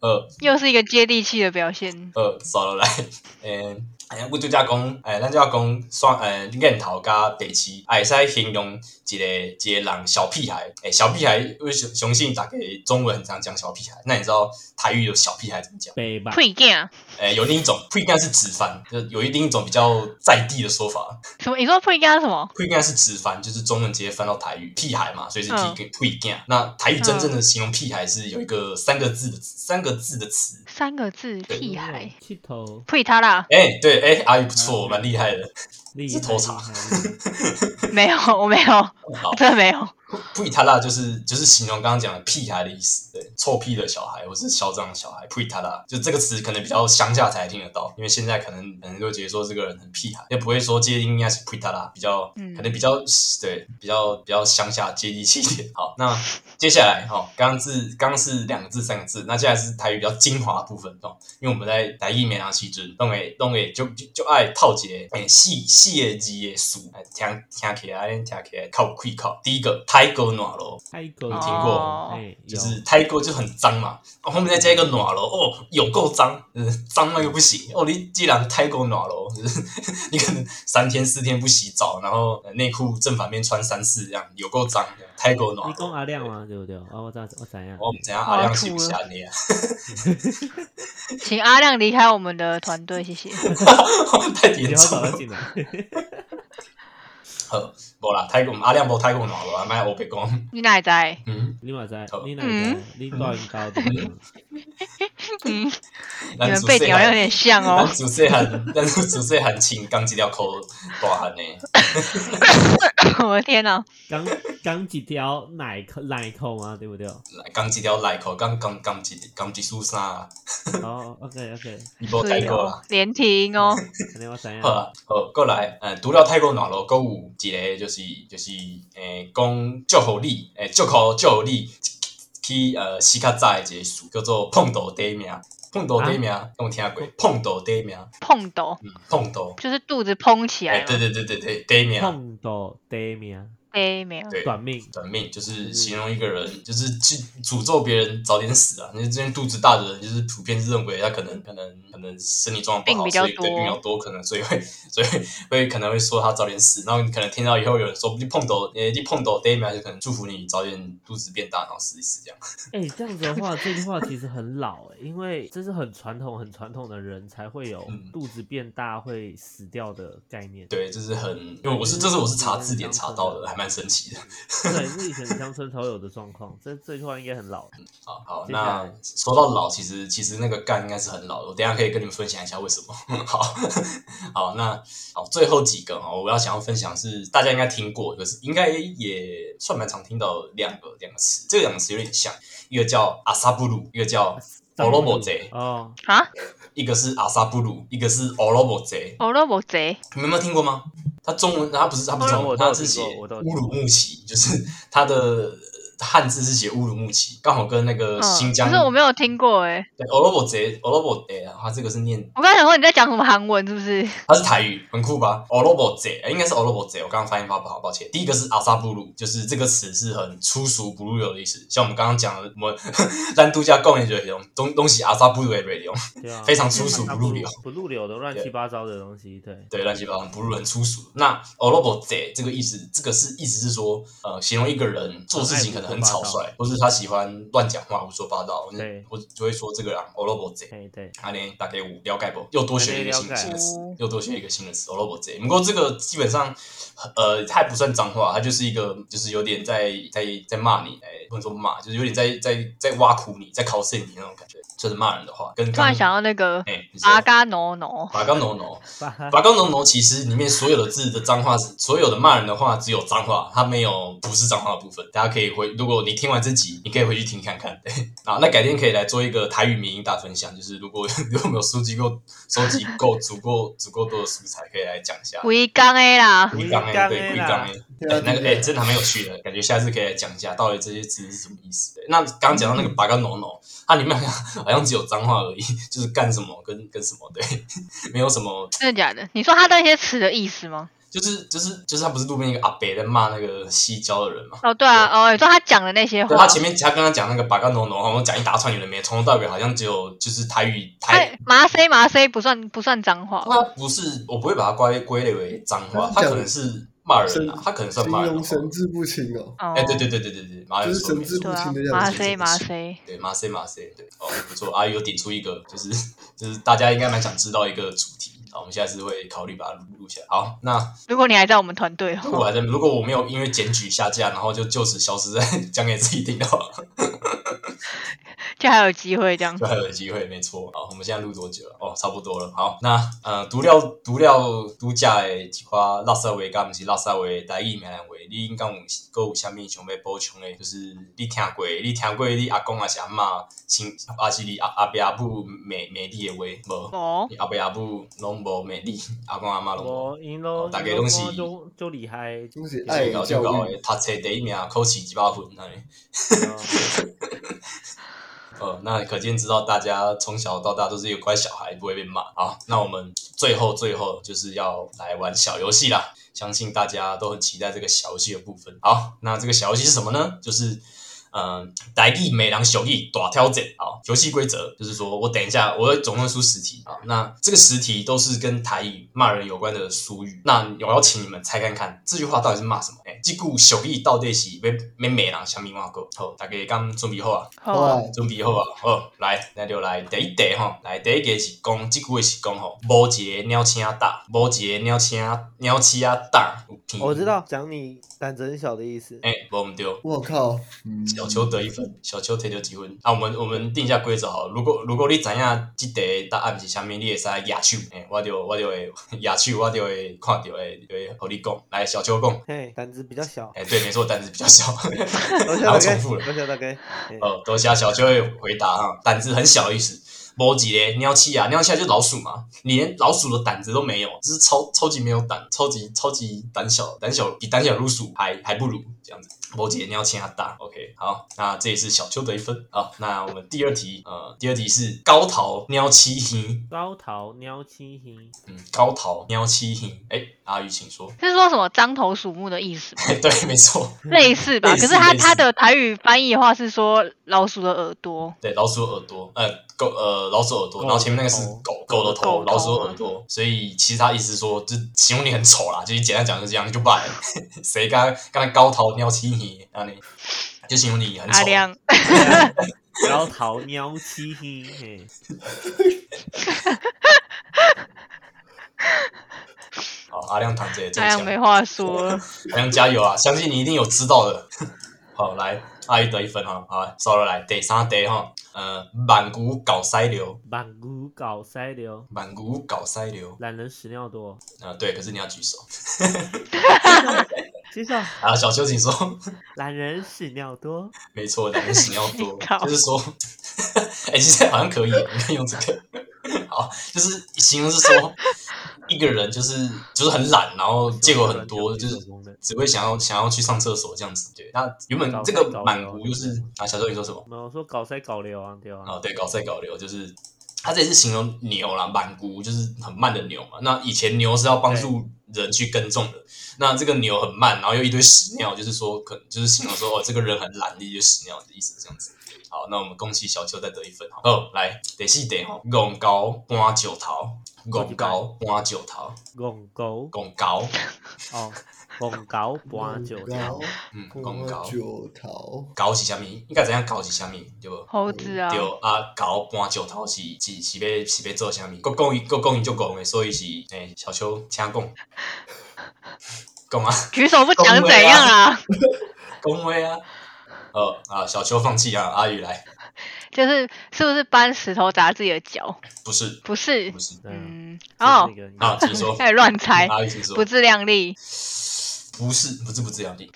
Speaker 4: 呃
Speaker 3: 又是一个接地气的表现。
Speaker 4: 呃，扫落来， 诶、哎呀，我就只讲，诶、咱就要讲算，诶、念头加白痴，哎也会使形容一个一个人小屁孩，诶、小屁孩，我相相信大家中文很常讲小屁孩，那你知道台语有小屁孩怎么讲？
Speaker 5: 北
Speaker 1: 啊
Speaker 5: 吧，
Speaker 3: 配件啊
Speaker 4: 诶、呃有另一种 pre 干是直翻，就有一另一种比较在地的说法，
Speaker 3: 什么？你说配件是什么？
Speaker 4: 配干是直翻，就是中文直接翻到台语，屁孩嘛，所以是屁配干。那台语真正的形容屁孩是有一个三个字的三个字的词。
Speaker 3: 三个字，屁孩，
Speaker 1: 气哦头
Speaker 3: 配他啦？
Speaker 4: 哎、对，哎、阿姨不错，蛮厉害的。
Speaker 1: 厉
Speaker 4: 是头茶
Speaker 3: 没有，我没有，
Speaker 4: 好，
Speaker 3: 真的没有。
Speaker 4: 呸他啦，就是就是形容刚刚讲的屁孩的意思，对，臭屁的小孩或是嚣张的小孩，呸他啦，就这个词可能比较乡下才听得到，因为现在可能可能就觉得说这个人很屁孩，也不会说接应该是呸他啦，比较
Speaker 3: 嗯
Speaker 4: 可能比较对比较比较乡下接地气一点。好，那接下来哈、哦，刚刚是刚刚是两个字三个字，那接下来是台语比较精华的部分哦，因为我们在台语美人时阵，拢会拢会就就就爱套一个诶四四个字的词，哎听听起来听起来靠开靠。第一个泰国暖炉，
Speaker 1: 泰国
Speaker 3: 哦
Speaker 4: 听过
Speaker 1: 哎，有
Speaker 4: 就是泰国就很脏嘛，哦、后面再加一个暖炉，哦有够脏，呃脏那个不行。哦，你既然泰国暖炉，就是你可能三天四天不洗澡，然后呃内裤正反面穿三次这样，有够脏。这样泰国暖
Speaker 1: 你
Speaker 4: 炉，
Speaker 1: 讲阿亮吗？对不对？啊，我知道我怎样？
Speaker 4: 哦我们怎样阿亮是不是安尼啊？
Speaker 3: 请阿亮离开我们的团队，谢谢。
Speaker 4: 太
Speaker 1: 你
Speaker 4: 严
Speaker 1: 要
Speaker 4: 重
Speaker 1: 找
Speaker 4: 了
Speaker 1: 他。进来，
Speaker 4: 好，无啦，泰国阿亮无泰国暖炉，啊，卖我别讲。
Speaker 3: 你哪在？
Speaker 4: 嗯，
Speaker 1: 你嘛 在
Speaker 4: 好，
Speaker 1: 你哪在？你段高的，
Speaker 3: 嗯，
Speaker 4: 咱
Speaker 3: 你们
Speaker 4: 自
Speaker 3: 被
Speaker 4: 细
Speaker 3: 屌
Speaker 4: 汉
Speaker 3: 有点像
Speaker 4: 咱
Speaker 3: 哦。
Speaker 4: 自细 汉，咱自细汉穿钢一条裤大汉呢。
Speaker 3: 我的天哪、
Speaker 1: 刚
Speaker 5: 刚几条奶扣奶扣吗？对不对？
Speaker 4: 讲一条内裤，讲讲讲一讲一束衫啊，
Speaker 1: 哦，OK OK，
Speaker 4: 你无
Speaker 3: 对
Speaker 4: 睇过
Speaker 3: 哦
Speaker 4: 啦。，
Speaker 3: 连停 哦，
Speaker 1: 肯定要怎样
Speaker 4: 好？啊，好，过来，呃，除了泰国暖炉，佫有一个就是就是，诶、讲祝福你，诶、祝福祝福你去呃死较早的一个事，叫做碰到短命。碰到短
Speaker 3: 啊
Speaker 4: 命，拢听过？碰到短命，
Speaker 3: 碰斗
Speaker 4: 嗯，碰到，
Speaker 3: 就是啊肚子膨起
Speaker 4: 诶、
Speaker 3: 来
Speaker 4: 哎对
Speaker 3: 了，
Speaker 4: 对对对对，短命，
Speaker 1: 碰到短命，
Speaker 3: 对，没有，
Speaker 4: 对，
Speaker 1: 短命，
Speaker 4: 短命就是形容一个人，就是去诅咒别人早点死啊。因为这些肚子大的人，就是普遍是认为他可能可能可能身体状况不
Speaker 3: 病
Speaker 4: 好，
Speaker 3: 比较
Speaker 4: 所以对
Speaker 3: 多
Speaker 4: 病比较多，可能所以会 所以会可能会说他早点死。然后你可能听到以后有人说你碰到诶你碰到 d a m i 就可能祝福你早点肚子变大，然后死一死这样。
Speaker 1: 哎、这样子的话，这句话其实很老、欸，因为这是很传统、很传统的人才会有
Speaker 4: 嗯
Speaker 1: 肚子变大会死掉的概念。
Speaker 4: 对，这是很因为我是这是我是查字典查到的，还蛮神奇的。
Speaker 1: 对，是以前乡村才会有的状况。这这句话应该很老。
Speaker 4: 好，啊好，
Speaker 1: 接下
Speaker 4: 那
Speaker 1: 来
Speaker 4: 说到老，其实其实那个干应该是很老的，我等一下可以跟你们分享一下为什么。 好，好，那好，最后几个哦，我要想要分享是大家应该听过，可是应该也算蛮常听到的两个两个词，这两个词有点像，一个叫阿萨布鲁，一个叫欧罗伯贼，
Speaker 1: 哦，
Speaker 3: 啊，
Speaker 4: 一个是阿萨布鲁，一个是欧罗伯贼，
Speaker 3: 胡萝卜贼，
Speaker 4: 你们有没有听过吗？他中文他不是他不是中
Speaker 1: 哦我
Speaker 4: 文，
Speaker 1: 都有
Speaker 4: 他是
Speaker 1: 听
Speaker 4: 写
Speaker 1: 过，我都有听
Speaker 4: 乌鲁
Speaker 1: 过。
Speaker 4: 木齐，就是他的汉字是写乌鲁木齐，刚好跟那
Speaker 3: 嗯，
Speaker 4: 个呃新疆。
Speaker 3: 可是我没有听过哎，
Speaker 4: 对，欧罗伯贼，欧罗伯贼，他啊这个是念，
Speaker 3: 我刚才想说你在讲什么韩文是不是？
Speaker 4: 他是台语，很酷吧？欧罗伯贼，应该是欧罗伯贼，我刚刚发音发不好，抱歉。第一个是阿萨布鲁，就是这个词是很粗俗不入流的意思，像我们刚刚讲的，我们 咱度假共也就用东东西阿萨布鲁的内容，
Speaker 1: 对啊，
Speaker 4: 非常粗俗
Speaker 1: 它
Speaker 4: 不入流，
Speaker 1: 不入流的乱
Speaker 4: 对
Speaker 1: 七八糟的东西。对，
Speaker 4: 对，乱七八糟，不入很粗俗。那欧罗伯贼这个意思，这个是意思是说，呃，形容一个人做事情可能很草率，或是他喜欢乱讲话、胡说八道，我就
Speaker 1: 对
Speaker 4: 我就会说这个人欧罗伯贼。
Speaker 1: 哎对，
Speaker 4: 安尼大概五了解不？又多学一个
Speaker 1: 安尼
Speaker 4: 新
Speaker 1: 了解
Speaker 4: 新的词，
Speaker 3: 哦
Speaker 4: 又多学一个新的词。萝卜贼，不过这个基本上，呃，它还不算脏话，它就是一个就是有点在在在骂你，哎、不能说骂，就是有点在在在挖苦你，在 cos 你那种感觉，就是骂人的话。跟
Speaker 3: 突
Speaker 4: 刚
Speaker 3: 然想到那个
Speaker 4: 哎，你说
Speaker 3: 阿嘎挪挪，
Speaker 4: 拔高农农，
Speaker 1: 把
Speaker 4: 拔高农农，其实里面所有的字的脏话，所有的骂人的话，只有脏话，它没有不是脏话的部分。大家可以回，如果你听完这集，你可以回去听看 看。对，啊，那改天可以来做一个台语民音大分享，就是如果 如果没有收集够、收集够足够足够多的素材，可以来讲一下。
Speaker 3: 维刚 A 啦，
Speaker 4: 龟缸哎，对，
Speaker 1: 龟
Speaker 4: 龟
Speaker 1: 缸
Speaker 4: 缸
Speaker 1: 欸
Speaker 4: 哎，
Speaker 2: 对
Speaker 4: 哎
Speaker 2: 啊，
Speaker 4: 那个哎、真的还蛮有趣的，感觉下次可以来讲一下到底这些字是什么意思。对那刚刚
Speaker 2: 嗯
Speaker 4: 讲到那个拔高农农，它里面好像好像只有脏话而已， 就是干什么跟跟什么，对， 没有什么
Speaker 3: 真的假的？你说他那些词的意思吗？
Speaker 4: 就是就是就是他不是路边一个阿伯在骂那个西郊的人
Speaker 2: 嗯
Speaker 4: 嘛？
Speaker 3: 哦，对啊，哦，你说他讲的那些
Speaker 4: 对
Speaker 3: 话
Speaker 4: 他，前面他刚刚讲那个巴干农农，好像讲一大串有的没，从头到尾好像只有就是台语台
Speaker 3: 哎，，麻 C 麻 C 不算不算脏话吧，
Speaker 4: 他不是我不会把它归归类为脏话，
Speaker 2: 他是
Speaker 4: 他
Speaker 2: 讲
Speaker 4: 可能是骂人啊
Speaker 2: 神，
Speaker 4: 他可能算
Speaker 2: 形
Speaker 4: 骂人
Speaker 2: 容
Speaker 4: 的话。
Speaker 2: 神志不清哦，
Speaker 3: 哦
Speaker 4: 哎，，对对对对对对，马
Speaker 2: 就
Speaker 4: 友
Speaker 2: 是
Speaker 4: 说
Speaker 2: 神
Speaker 4: 没
Speaker 2: 志
Speaker 4: 错
Speaker 2: 不
Speaker 3: 对啊
Speaker 2: 清的，样
Speaker 3: 麻
Speaker 2: 子。
Speaker 3: C 麻 C，
Speaker 4: 对马塞马塞，对哦不错，阿姨有点出一个就是就是大家应该蛮想知道一个主题。好，我们下次会考虑把它录录下来。好，那
Speaker 3: 如果你还在我们团队的
Speaker 4: 如果
Speaker 3: 话，
Speaker 4: 还在，如果我没有因为检举下架，然后就就此消失在 讲给自己听的话，
Speaker 3: 就还有机会这样
Speaker 4: 就。还有机会，没错。好，我们现在录多久了？哦，差不多了。好，那呃，除了除了度假的一款拉萨维，敢不是拉萨维台语闽南话，你应该有搁有啥物想要补充的？就是你听过，你听过你阿公还是阿嬷，亲，还是你阿阿伯阿母骂骂你的话无？
Speaker 3: 哦，
Speaker 4: 你阿伯阿母拢无骂你，阿公阿嬷拢无。
Speaker 1: 我赢咯，
Speaker 4: 大家
Speaker 1: 赢咯
Speaker 4: 拢是
Speaker 1: 就就厉害，啊
Speaker 2: 东西
Speaker 4: 所
Speaker 6: 哎
Speaker 2: 爱
Speaker 4: 以搞
Speaker 2: 教
Speaker 4: 就搞
Speaker 2: 育，
Speaker 4: 的，读册第一名，考试一百分安尼。
Speaker 1: 对啊
Speaker 4: 呃，那可见知道大家从小到大都是一个乖小孩，不会被骂。好，那我们最后最后就是要来玩小游戏啦，相信大家都很期待这个小游戏的部分。好，那这个小游戏是什么呢？就是。嗯，台语美人小语大挑战好，游戏规则就是说我等一下我会总共出十题啊，那这个十题都是跟台语骂人有关的俗语，那我要请你们猜看看这句话到底是骂什么？哎、这句小语到底是要要美人什么话个？好，大家刚准备好啊？
Speaker 1: 哦
Speaker 3: 好啊，
Speaker 4: 准备好啊，好，来，咱就来第一题吼，来第一个是讲，即句话是讲吼，无一个鸟星大，无一个鸟星鸟星大，有听哎
Speaker 1: 我知，道，讲你胆子很小的意思。
Speaker 4: 诶、无毋对，
Speaker 2: 我靠，嗯，
Speaker 4: 小球得一分，小球摕到几分。啊，我们我们定一下规则好了，如果如果你知影即题答案是啥物，你会使野手，诶、我就我就会野手，我就会看着诶，就会互你讲。来，小球讲，
Speaker 6: 嘿，胆子比较小。
Speaker 4: 诶、对，没错，但是比较小，
Speaker 6: 多谢大哥
Speaker 4: 然后哎重复，了。
Speaker 6: 多谢大哥。嘿
Speaker 4: 哦，多谢小秋会回答啊，胆子很小的意思。波吉嘞，尿气啊，尿气啊就是老鼠嘛，你连老鼠的胆子都没有，就是超超级没有胆，超级超级胆小，胆小比胆小如鼠还还不如这样子。波吉尿气啊大，OK，好，那这也是小秋的一分。好，那我们第二题，呃，第二题是高桃尿气型，
Speaker 1: 高桃喵七星，
Speaker 4: 嗯，高桃尿气型，哎、阿宇请说，
Speaker 3: 是说什么獐头鼠目的意思吗？
Speaker 4: 对，没错，
Speaker 3: 类似吧，
Speaker 4: 嗯类
Speaker 3: 可是
Speaker 4: 似
Speaker 3: 他
Speaker 4: 类似
Speaker 3: 他的台语翻译的话是说老鼠的耳朵，
Speaker 4: 对，老鼠耳朵，呃，狗，呃，老鼠耳
Speaker 1: 狗
Speaker 4: 朵，然后前面那个是
Speaker 1: 头
Speaker 4: 狗狗的头，
Speaker 3: 狗头啊
Speaker 4: 老鼠耳朵，所以其实他意思说，就形容你很丑啦，就是简单讲就这样，就罢了。 谁刚刚才高头尿气你，那你就形容你很
Speaker 3: 阿
Speaker 4: 丑。
Speaker 3: 亮，
Speaker 1: 高桃喵七星，嘿，
Speaker 4: 好，阿亮躺着也中
Speaker 3: 阿
Speaker 4: 枪
Speaker 3: 亮，没话说了。
Speaker 4: 阿亮加油啊！相信你一定有知道的。 好，来，阿姨得一分哈，好，稍了来第三题哈，呃，满谷搞塞流，
Speaker 1: 满谷搞塞流，
Speaker 4: 满谷搞塞流，
Speaker 1: 懒人屎尿多。
Speaker 4: 啊、对，可是你要举手
Speaker 1: 介绍
Speaker 4: 啊，小秋请说。
Speaker 1: 懒人屎尿多，
Speaker 4: 没错，两个屎尿多
Speaker 3: 靠，
Speaker 4: 就是说，哎、其实好像可以，你可以用这个。好，就是形容是说，一个人就是就是很懒，然后借口哦很多，就是只会想要想要去上厕所这样子。对，那原本这个满足就是啊，小时候你说什么？
Speaker 1: 没有我说搞塞搞流啊，对
Speaker 4: 啊，
Speaker 1: 啊，
Speaker 4: 对，搞赛搞流就是，它这也是形容牛啦，满谷就是很慢的牛嘛。那以前牛是要帮助人去耕种的，那这个牛很慢，然后又一堆屎尿，就是说可能就是形容说哦，这个人很懒，一堆屎尿的意思这样子。好，那我们恭喜小秋再得一分好，哦，来，得是得吼，拱高搬九桃，拱高搬九桃，
Speaker 1: 拱狗
Speaker 4: 拱高，
Speaker 1: 哦，拱狗搬九条，
Speaker 4: 嗯，拱
Speaker 2: 公
Speaker 4: 高，
Speaker 2: 九桃，
Speaker 4: 高是啥物？应该怎样高是啥物？对不？
Speaker 3: 猴子啊，
Speaker 4: 对啊，搞搬石头是是是要是要做啥物？国讲伊国讲伊就讲的，所以是诶、欸小秋请讲， 讲啊，
Speaker 3: 举手不讲怎样啊？
Speaker 4: 讲话啊，呃啊，小秋放弃啊，阿宇来，
Speaker 3: 就是是不是搬石头砸自己的脚？
Speaker 4: 不是
Speaker 3: 不是
Speaker 4: 不，是
Speaker 1: 对啊，
Speaker 3: 嗯，
Speaker 1: 这
Speaker 3: 哦
Speaker 1: 是，一个
Speaker 4: 啊，请说，
Speaker 3: 开始乱猜，
Speaker 4: 阿宇请说
Speaker 3: 不，自量力，
Speaker 4: 不是不是不是两地。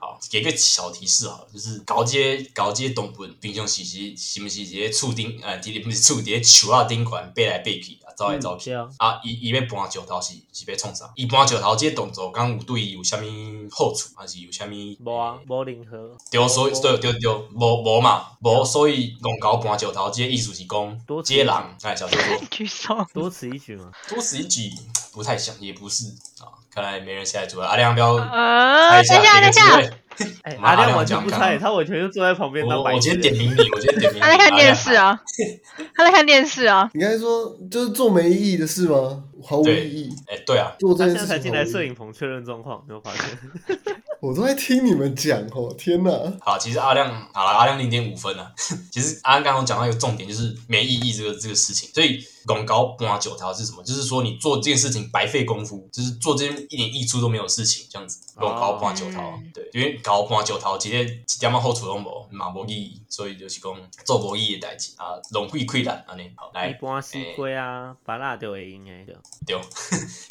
Speaker 4: 好，给个小提示哈，就是高阶高阶东本平常时是是不是一个厝顶呃，伫不是厝伫树啊顶悬爬来爬去啊，走来走去。
Speaker 1: 对啊，
Speaker 4: 啊，伊伊要搬石头是是要创啥？伊搬石头即个动作，敢有对伊有啥物好处，还是有啥物？
Speaker 1: 无啊，无任何
Speaker 4: 对，所以对对对，无无嘛，无，所以戆搞搬石头，即个意思是
Speaker 1: 多
Speaker 4: 讲，
Speaker 1: 此
Speaker 4: 即个人，哎，小秋说，
Speaker 3: 举 手。
Speaker 1: 多此一举嘛，
Speaker 4: 多此一举不太想，也不是啊，看来没人下来主了。阿亮不要
Speaker 3: 呃，
Speaker 4: 猜
Speaker 3: 等一下，等
Speaker 4: 给个
Speaker 3: 一
Speaker 4: 机
Speaker 3: 下，
Speaker 4: 会。
Speaker 1: 哎，
Speaker 4: 妈
Speaker 1: 阿亮
Speaker 4: 阿亮
Speaker 1: 完全
Speaker 4: 讲
Speaker 1: 不
Speaker 4: 看
Speaker 1: 猜，
Speaker 4: 啊
Speaker 1: 他完全就坐在旁边当
Speaker 4: 我
Speaker 1: 白
Speaker 4: 我今
Speaker 1: 痴欸
Speaker 4: 天点名你，我今天点名你。
Speaker 3: 他在看电视
Speaker 4: 阿亮。
Speaker 3: 啊， 他在看电视啊，
Speaker 2: 你刚才说就是做没意义的事吗？毫无
Speaker 4: 对
Speaker 2: 意义，
Speaker 4: 哎，对啊，
Speaker 2: 做这
Speaker 1: 他现
Speaker 2: 件
Speaker 1: 在
Speaker 2: 事
Speaker 1: 才进
Speaker 2: 情
Speaker 1: 来
Speaker 2: 毫无
Speaker 1: 摄
Speaker 2: 意义。
Speaker 1: 影棚确认状况，有没有发现？
Speaker 2: 我都在听你们讲哦，天哪！
Speaker 4: 好，其实阿亮好了，阿亮零点五分啊。 其实阿亮刚刚讲到一个重点，就是没意义这个这个事情。所以广告搬九条是什么？就是说你做这件事情白费功夫，就是做这件一点益处都没有事情，这样子。广告搬九
Speaker 1: 哦
Speaker 4: 条
Speaker 3: 嗯，
Speaker 4: 对，因为搞搬九条，直接一点仔好处都无，嘛无意义，所以就是讲做无意义的代志啊，浪费亏力安尼。好，
Speaker 1: 一
Speaker 4: 来
Speaker 1: 般西瓜啊，芭拉就会赢诶，对。
Speaker 4: 对，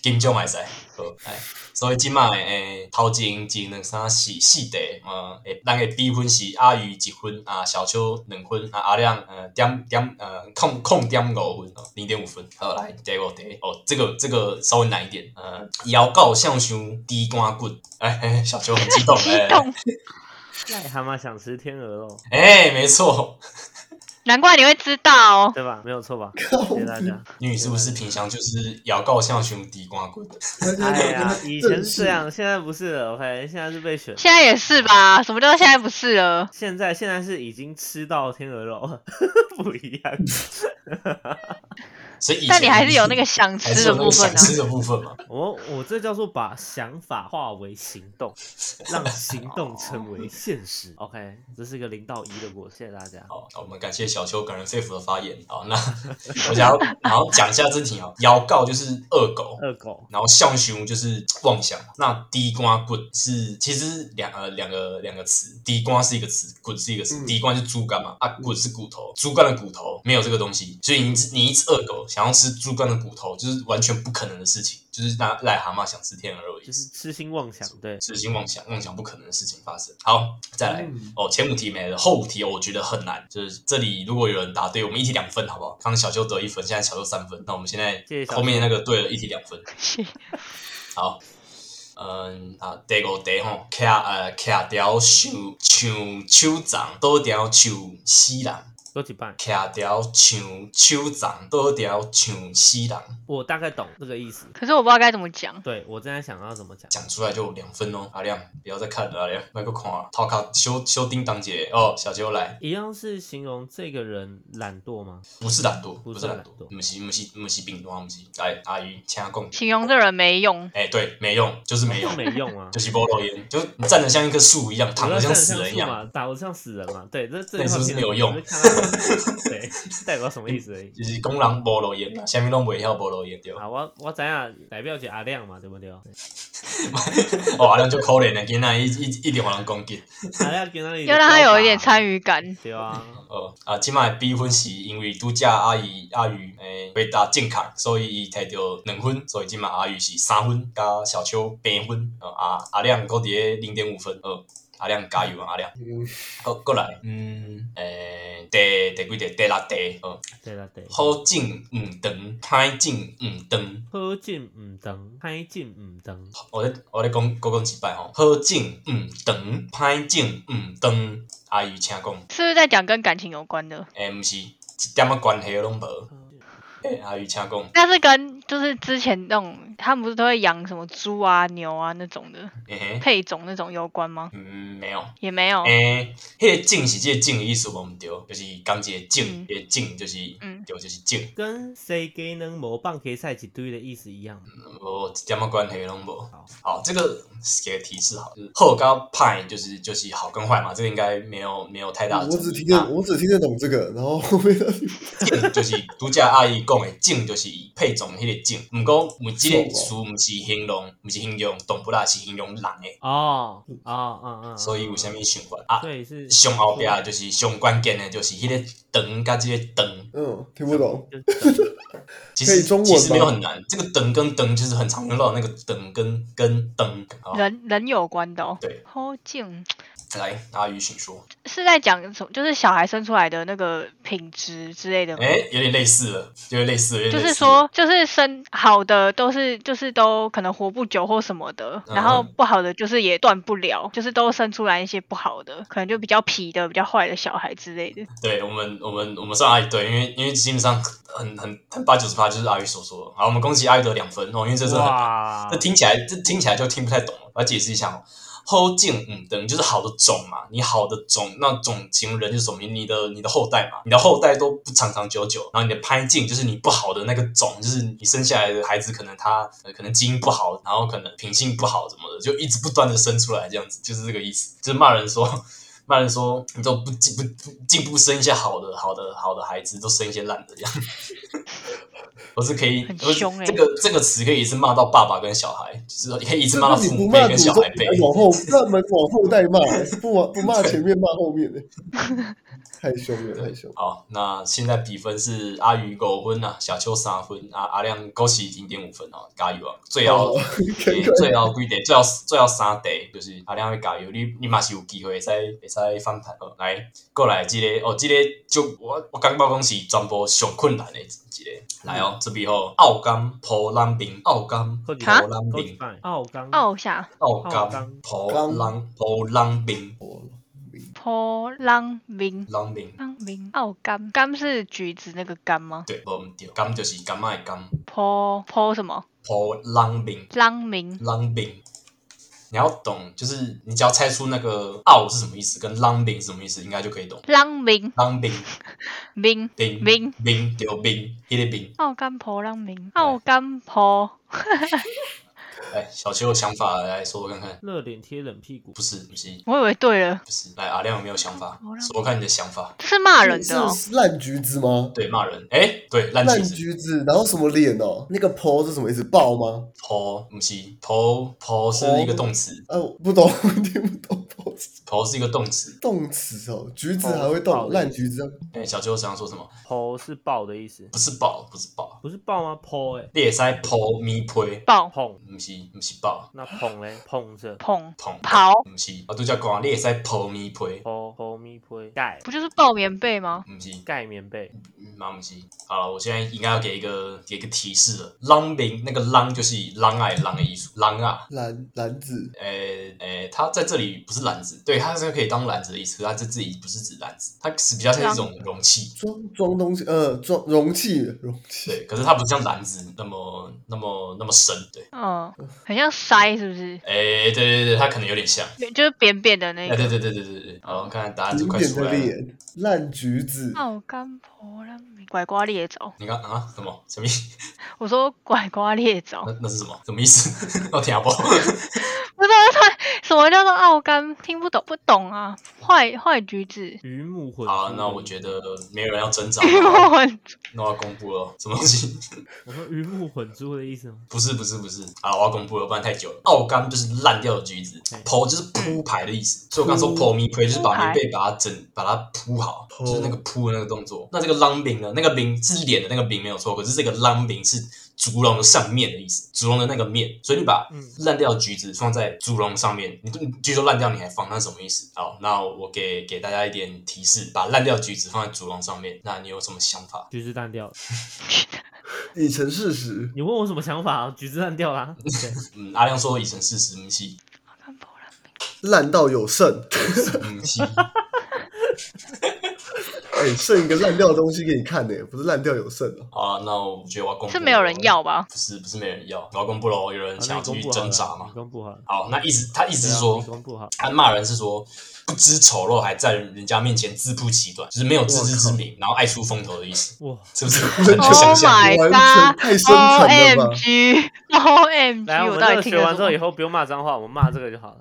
Speaker 4: 金奖会使。好，来，所以即卖诶，头前前两三四四题，呃，诶，咱诶比分是阿宇一分，啊，小秋两分，啊，阿亮呃点点呃空空点五分，哦零点五分。好，来第五题，哦，这个这个稍微难一点，呃，腰告像像猪肝骨，哎、哎，小秋很 激动，
Speaker 3: 激动，
Speaker 1: 癞蛤蟆想吃天鹅肉，
Speaker 4: 哎、没错，
Speaker 3: 难怪你会知道哦。
Speaker 1: 对吧？啊没有错吧？
Speaker 2: 靠
Speaker 1: 谢谢大家。
Speaker 4: 因为你是不是平常就是腰告像像猪肝骨？
Speaker 1: 哎呀，以前是这样，现在不是了。OK，现在是被选。
Speaker 3: 现在也是吧？什么叫现在不是了？
Speaker 1: 现在 现在是已经吃到天鹅肉，不一样。
Speaker 4: 所以以前
Speaker 3: 但你还是有那个想
Speaker 4: 还
Speaker 3: 吃
Speaker 4: 是有
Speaker 3: 的
Speaker 4: 那个
Speaker 3: 部分
Speaker 4: 想
Speaker 3: 啊。
Speaker 4: 吃的部分嘛。
Speaker 1: 我我这叫做把想法化为行动，让行动成为现实。OK，这是一个零到一的果，谢谢大家。
Speaker 4: 好，我们感谢小邱感人肺腑的发言。好，那我想要然后讲一下这题哦，妖告就是恶狗，
Speaker 1: 二狗，
Speaker 4: 然后象雄就是妄想。那低瓜棍是其实两呃两个两个词，低瓜是一个词，棍是一个词。
Speaker 2: 嗯
Speaker 4: 低瓜是猪肝嘛，啊棍是骨头，猪肝的骨头没有这个东西，所以你你一只恶狗想要吃猪肝的骨头，就是完全不可能的事情，就是那癞蛤蟆想吃天鹅肉一
Speaker 1: 就
Speaker 4: 样。
Speaker 1: 是痴心妄想，对，
Speaker 4: 痴心妄想，妄想不可能的事情发生。好，再来、
Speaker 2: 嗯
Speaker 4: 哦，前五题没了，后五题我觉得很难。就是这里如果有人答对，我们一题两分，好不好？刚刚小邱得一分，现在小邱三分，那我们现在
Speaker 1: 谢谢小邱
Speaker 4: 后面那个对了一题两分。
Speaker 3: 是
Speaker 4: 好，嗯啊，第五题吼，徛呃徛条像像手掌，倒条像死人；
Speaker 1: 多几半，
Speaker 4: 徛条像手掌，倒条像死人。
Speaker 1: 我大概懂这个意思。
Speaker 3: 可是我不知道该怎么讲。
Speaker 1: 对我正在想要怎么讲，
Speaker 4: 讲出来就两分哦，阿亮，不要再看了，阿亮，麦克看啊，头壳修修叮当姐哦，小邱来。
Speaker 1: 一样是形容这个人懒惰吗？
Speaker 4: 不是懒惰，
Speaker 1: 不
Speaker 4: 不
Speaker 1: 是
Speaker 4: 是懒
Speaker 1: 懒
Speaker 4: 惰
Speaker 1: 惰，
Speaker 4: 不是不是不是病惰，不是。来，阿姨，请共。
Speaker 3: 形容这人没用，
Speaker 4: 哎、对，没用，就是没用，
Speaker 1: 没用啊
Speaker 4: 就。是菠萝烟，就你站得像一棵树一样，
Speaker 1: 我
Speaker 4: 躺得
Speaker 1: 要
Speaker 4: 像
Speaker 1: 站
Speaker 4: 死
Speaker 1: 像
Speaker 4: 人一
Speaker 1: 树
Speaker 4: 样，
Speaker 1: 嘛，打我像死人嘛，对，这这
Speaker 4: 那
Speaker 1: 句话
Speaker 4: 是不是
Speaker 1: 听
Speaker 4: 没
Speaker 1: 得
Speaker 4: 有
Speaker 1: 懂
Speaker 4: 用
Speaker 1: 我就看到对， 代表什么意思而已。
Speaker 4: 就是公人菠萝烟啊，下面拢袂晓菠萝烟对。
Speaker 1: 啊，我我知影代表是阿亮嘛，对不对？
Speaker 4: 哦，阿亮就可怜了，囡仔一一一定有人攻击。
Speaker 1: 阿亮跟那里
Speaker 3: 要让他有一点
Speaker 1: 与。
Speaker 3: 参与感。
Speaker 1: 对啊，
Speaker 4: 呃啊，即摆比分是因为拄则阿姨阿宇诶回答健康，所以伊摕到两分，所以即摆阿宇是三分，加小邱八分，呃啊阿亮搁伫咧零点五分，呃阿亮加油啊阿亮，
Speaker 2: 嗯
Speaker 4: 过过来，嗯诶、第第几题第六题，呃
Speaker 1: 对啦对。
Speaker 4: 好进毋长，歹进毋长，
Speaker 1: 好进唔长，歹进唔长，
Speaker 4: 我咧我咧讲搁讲一摆吼，好进毋长，歹进毋长，阿宇请讲，
Speaker 3: 是不是在讲跟感情有关的？
Speaker 4: 诶、毋是一点仔关系拢无，诶、阿宇请讲。
Speaker 3: 但是跟就是之前那种，他们不是都会养什么猪啊、牛啊那种的
Speaker 4: 嗯哼，
Speaker 3: 配种那种有关吗？
Speaker 4: 嗯，没有。
Speaker 3: 也没有。
Speaker 4: 诶、迄、个静是即个静的意思无毋对，就是讲一个静，
Speaker 3: 嗯
Speaker 4: 迄、个静就是、
Speaker 3: 嗯
Speaker 4: 对，就是静，
Speaker 1: 跟谁给能模棒可以在一起堆的意思一样吗。
Speaker 4: 无一点仔关系拢无。
Speaker 1: 好，
Speaker 4: 好，这个给个提示好，就是好跟歹就是就是好跟坏嘛，这个应该没有没有太大的
Speaker 2: 我
Speaker 4: 争议。
Speaker 2: 只听得我只听得懂这个，然后后面的
Speaker 4: 静就是拄则阿姨讲的静，就是配种迄个静。毋过，毋即个词毋是形容，毋是形容动物啦，是形容人诶。
Speaker 1: 哦哦哦
Speaker 2: 啊
Speaker 1: 哦，
Speaker 4: 所以有啥物想法啊？
Speaker 1: 所以是
Speaker 4: 上后壁就是上关键的，就是迄个长甲即个长。
Speaker 2: 嗯听不懂，
Speaker 1: 就是
Speaker 4: 其
Speaker 2: 可
Speaker 4: 实
Speaker 2: 以中文
Speaker 4: 其实没有
Speaker 2: 吗
Speaker 4: 很难，这个等跟等就是很常用到的那个等跟跟等。好，
Speaker 3: 人人有关的哦。
Speaker 4: 对，
Speaker 3: 后劲
Speaker 4: 来阿宇请说。
Speaker 3: 是在讲什么？就是小孩生出来的那个品质之类的吗？
Speaker 4: 哎、有点类似了，有点类似，有点
Speaker 3: 就
Speaker 4: 类似。
Speaker 3: 是说，就是生好的都是，就是都可能活不久或什么的，然后
Speaker 4: 嗯
Speaker 3: 不好的就是也断不了，就是都生出来一些不好的，可能就比较皮的、比较坏的小孩之类的。
Speaker 4: 对我们，我们，我们算阿姨对，因为因为基本上很很很八九十趴就是阿宇所说的。好，我们恭喜阿宇得两分哦，因为这是很
Speaker 1: 哇
Speaker 4: 这，听起来这听起来就听不太懂了。我来解释一下哦。后进嗯等就是好的种嘛，你好的种，那种情人就是什么？你的你的后代嘛，你的后代都不长长久久。然后你的拍进就是你不好的那个种，就是你生下来的孩子可能他、呃可能基因不好，然后可能品性不好什么的，就一直不断的生出来这样子，就是这个意思。就是骂人说骂人说你都不进不不进步生一些好的好的好的孩子，都生一些烂的这样。我是可以，
Speaker 3: 很
Speaker 4: 我是
Speaker 3: 凶欸
Speaker 4: 这个这个词可以一次骂到爸爸跟小孩，就是说可以一直骂到
Speaker 2: 那你不
Speaker 4: 父母
Speaker 2: 骂祖
Speaker 4: 辈跟小
Speaker 2: 宗，
Speaker 4: 孩
Speaker 2: 你
Speaker 4: 辈。
Speaker 2: 还往后，那门往后代 骂，不往不骂前面，骂后面的，太凶了，太凶了。
Speaker 4: 好，那现在比分是阿宇狗分啊，小邱三分，阿阿亮恭喜零点五分哦，加油啊！最后、
Speaker 2: 哦
Speaker 4: 欸最后几题，最后最后三题，就是阿亮会加油，你你嘛是有机会会使会使反弹哦。来，过来即、个哦，即、个就我我感觉讲是全部上困难的一个。来哦，这边吼，奥甘波兰兵，奥甘
Speaker 1: 多
Speaker 4: 波
Speaker 1: 几
Speaker 3: 哈
Speaker 1: 半
Speaker 4: 兰
Speaker 1: 多几
Speaker 4: 兵，
Speaker 1: 半奥刚
Speaker 3: 奥下
Speaker 4: 奥
Speaker 1: 奥甘
Speaker 4: 甘波兰波兰兵，
Speaker 3: 坡浪明
Speaker 4: 兰兵。
Speaker 3: 浪明奥柑，柑是橘子那个柑吗？
Speaker 4: 对，无毋对，甘就是甘麦甘，
Speaker 3: 坡坡什么
Speaker 4: 波浪兵。
Speaker 3: 浪明？
Speaker 4: 浪饼，你要懂，就是你只要猜出那个“傲”是什么意思，跟浪饼是什么意思，应该就可以懂。
Speaker 3: 浪明
Speaker 4: 浪饼，
Speaker 3: 明
Speaker 4: 冰
Speaker 3: 明
Speaker 4: 冰对冰，迄个冰。
Speaker 3: 奥甘婆让明奥甘婆，
Speaker 4: 来，哎小秋有想法来说说看看。
Speaker 1: 热脸贴冷屁股
Speaker 4: 不，是不是
Speaker 3: 我以为对了，
Speaker 4: 不是，来阿亮有没有想法
Speaker 3: 我？让
Speaker 4: 说说看你的想法。
Speaker 3: 这是骂人的哦。
Speaker 2: 是是烂橘子吗？
Speaker 4: 对，骂人。哎，对，烂
Speaker 2: 烂
Speaker 4: 橘子。
Speaker 2: 橘子，然后什么脸哦？那个婆是什么意思？爆吗？
Speaker 4: 剖不是剖剖是一个动词，
Speaker 2: 啊，我不懂，我听不懂婆是
Speaker 4: 剖是一个动词。
Speaker 2: 动词哦，橘子还会动，
Speaker 1: 爆
Speaker 2: 烂橘子啊
Speaker 4: 哎，小秋想要说什么？
Speaker 1: 剖是抱的意思，
Speaker 4: 不是爆，不是爆，
Speaker 1: 不是抱吗？剖哎、
Speaker 4: 你会使剖咪批，
Speaker 3: 抱
Speaker 1: 碰，
Speaker 4: 不是不是爆，
Speaker 1: 那捧嘞，捧着，
Speaker 3: 捧
Speaker 4: 碰
Speaker 3: 刨
Speaker 4: 不是。哦我拄则讲，你会使剖咪批，
Speaker 1: 剖剖咪呸，盖
Speaker 3: 不就是抱棉被吗？
Speaker 4: 不是
Speaker 1: 盖棉被，
Speaker 4: 妈不是。好了，我现在应该要给一个给一个提示了。浪名那个浪就是浪爱浪的艺术，浪啊。
Speaker 2: 篮篮子
Speaker 4: 诶诶，它呃在这里不是篮子，对，它是可以当篮子的意思，可它在这里不是指篮子，它是比较像一
Speaker 3: 啊
Speaker 4: 种容器，
Speaker 2: 装装东西，呃，装容器，容器，
Speaker 4: 对，可是它不像篮子那么那么那么深，对，
Speaker 3: 嗯，很像塞，是不是？
Speaker 4: 诶，对对对，它可能有点像，
Speaker 3: 就是扁扁的那
Speaker 4: 哎，
Speaker 3: 个。
Speaker 4: 对对对对对对，好，看看答案就
Speaker 2: 经
Speaker 4: 啊快
Speaker 2: 典
Speaker 4: 出
Speaker 2: 的
Speaker 4: 来了，
Speaker 2: 脸，烂橘子，
Speaker 3: 奥甘婆让明拐瓜裂枣，
Speaker 4: 你看啊，什么什么意？
Speaker 3: 我说拐瓜裂枣，
Speaker 4: 那那是什么？什么意思？ 我听不 懂。
Speaker 3: 不是他什么叫做奥甘？听不懂，不懂啊！坏坏 橘子，
Speaker 1: 鱼目混珠。
Speaker 4: 好，啊那我觉得没有人要挣扎，
Speaker 3: 我
Speaker 4: 那我要公布了，什么东西？
Speaker 1: 我说鱼目混珠的意思吗？
Speaker 4: 不是不是不是，啊，我要公布了，不然太久了。奥干就是烂掉的橘子
Speaker 1: 哎，
Speaker 4: 剖就是铺排的意思。所以我刚说剖米胚就是把
Speaker 3: 嗯铺排
Speaker 4: 棉被把它整把它铺好，
Speaker 2: 铺
Speaker 4: 就是那个铺的那个动作。那这个浪饼呢？那个饼是脸的那个饼没有错，可是这个浪饼是竹笼的上面的意思，竹笼的那个面。所以你把
Speaker 1: 嗯
Speaker 4: 烂掉的橘子放在竹笼上面，你你橘子都烂掉你还放，那是什么意思？好，那我给给大家一点提示，把烂掉的橘子放在竹笼上面，那你有什么想法？
Speaker 1: 橘子烂掉了，
Speaker 2: 已成事实。
Speaker 1: 你问我什么想法、啊橘子烂掉 啦。对，
Speaker 4: 嗯，阿亮说已成事实，母系
Speaker 3: 奥甘婆让明
Speaker 2: 烂到有剩，
Speaker 4: 母系。
Speaker 2: 哎、剩一个烂掉的东西给你看呢、不是烂掉有剩哦、
Speaker 4: 好啊，那我觉得我要公布
Speaker 3: 是没有人
Speaker 4: 了
Speaker 3: 要吧？
Speaker 4: 不是不是没人要，我要公布喽，有人
Speaker 1: 好
Speaker 4: 想要
Speaker 1: 哦那
Speaker 4: 继
Speaker 1: 你公
Speaker 4: 续
Speaker 1: 布好
Speaker 4: 挣扎
Speaker 1: 了，你
Speaker 4: 嘛？
Speaker 1: 公布好了。
Speaker 4: 好，那意思他意思
Speaker 1: 对
Speaker 4: 是
Speaker 1: 啊
Speaker 4: 说
Speaker 1: 你，公布好，
Speaker 4: 他骂人是说不知丑陋还在人家面前自不其短，就是没有自知之明，然后爱出风头的意思，
Speaker 1: 哇，
Speaker 4: 是 不是？
Speaker 2: 真
Speaker 4: 很
Speaker 2: 的
Speaker 4: 难
Speaker 3: Oh
Speaker 4: 想象
Speaker 3: my
Speaker 2: 完全
Speaker 3: god！
Speaker 2: 太深沉了吧
Speaker 3: O 哦 M G O M G！
Speaker 1: 来，啊我
Speaker 3: 我
Speaker 1: 们
Speaker 3: 到
Speaker 1: 这个
Speaker 3: 底听
Speaker 1: 学
Speaker 3: 了
Speaker 1: 完
Speaker 3: 什
Speaker 1: 之后，以
Speaker 3: 么
Speaker 1: 后不用骂脏话，我们骂这个就好了。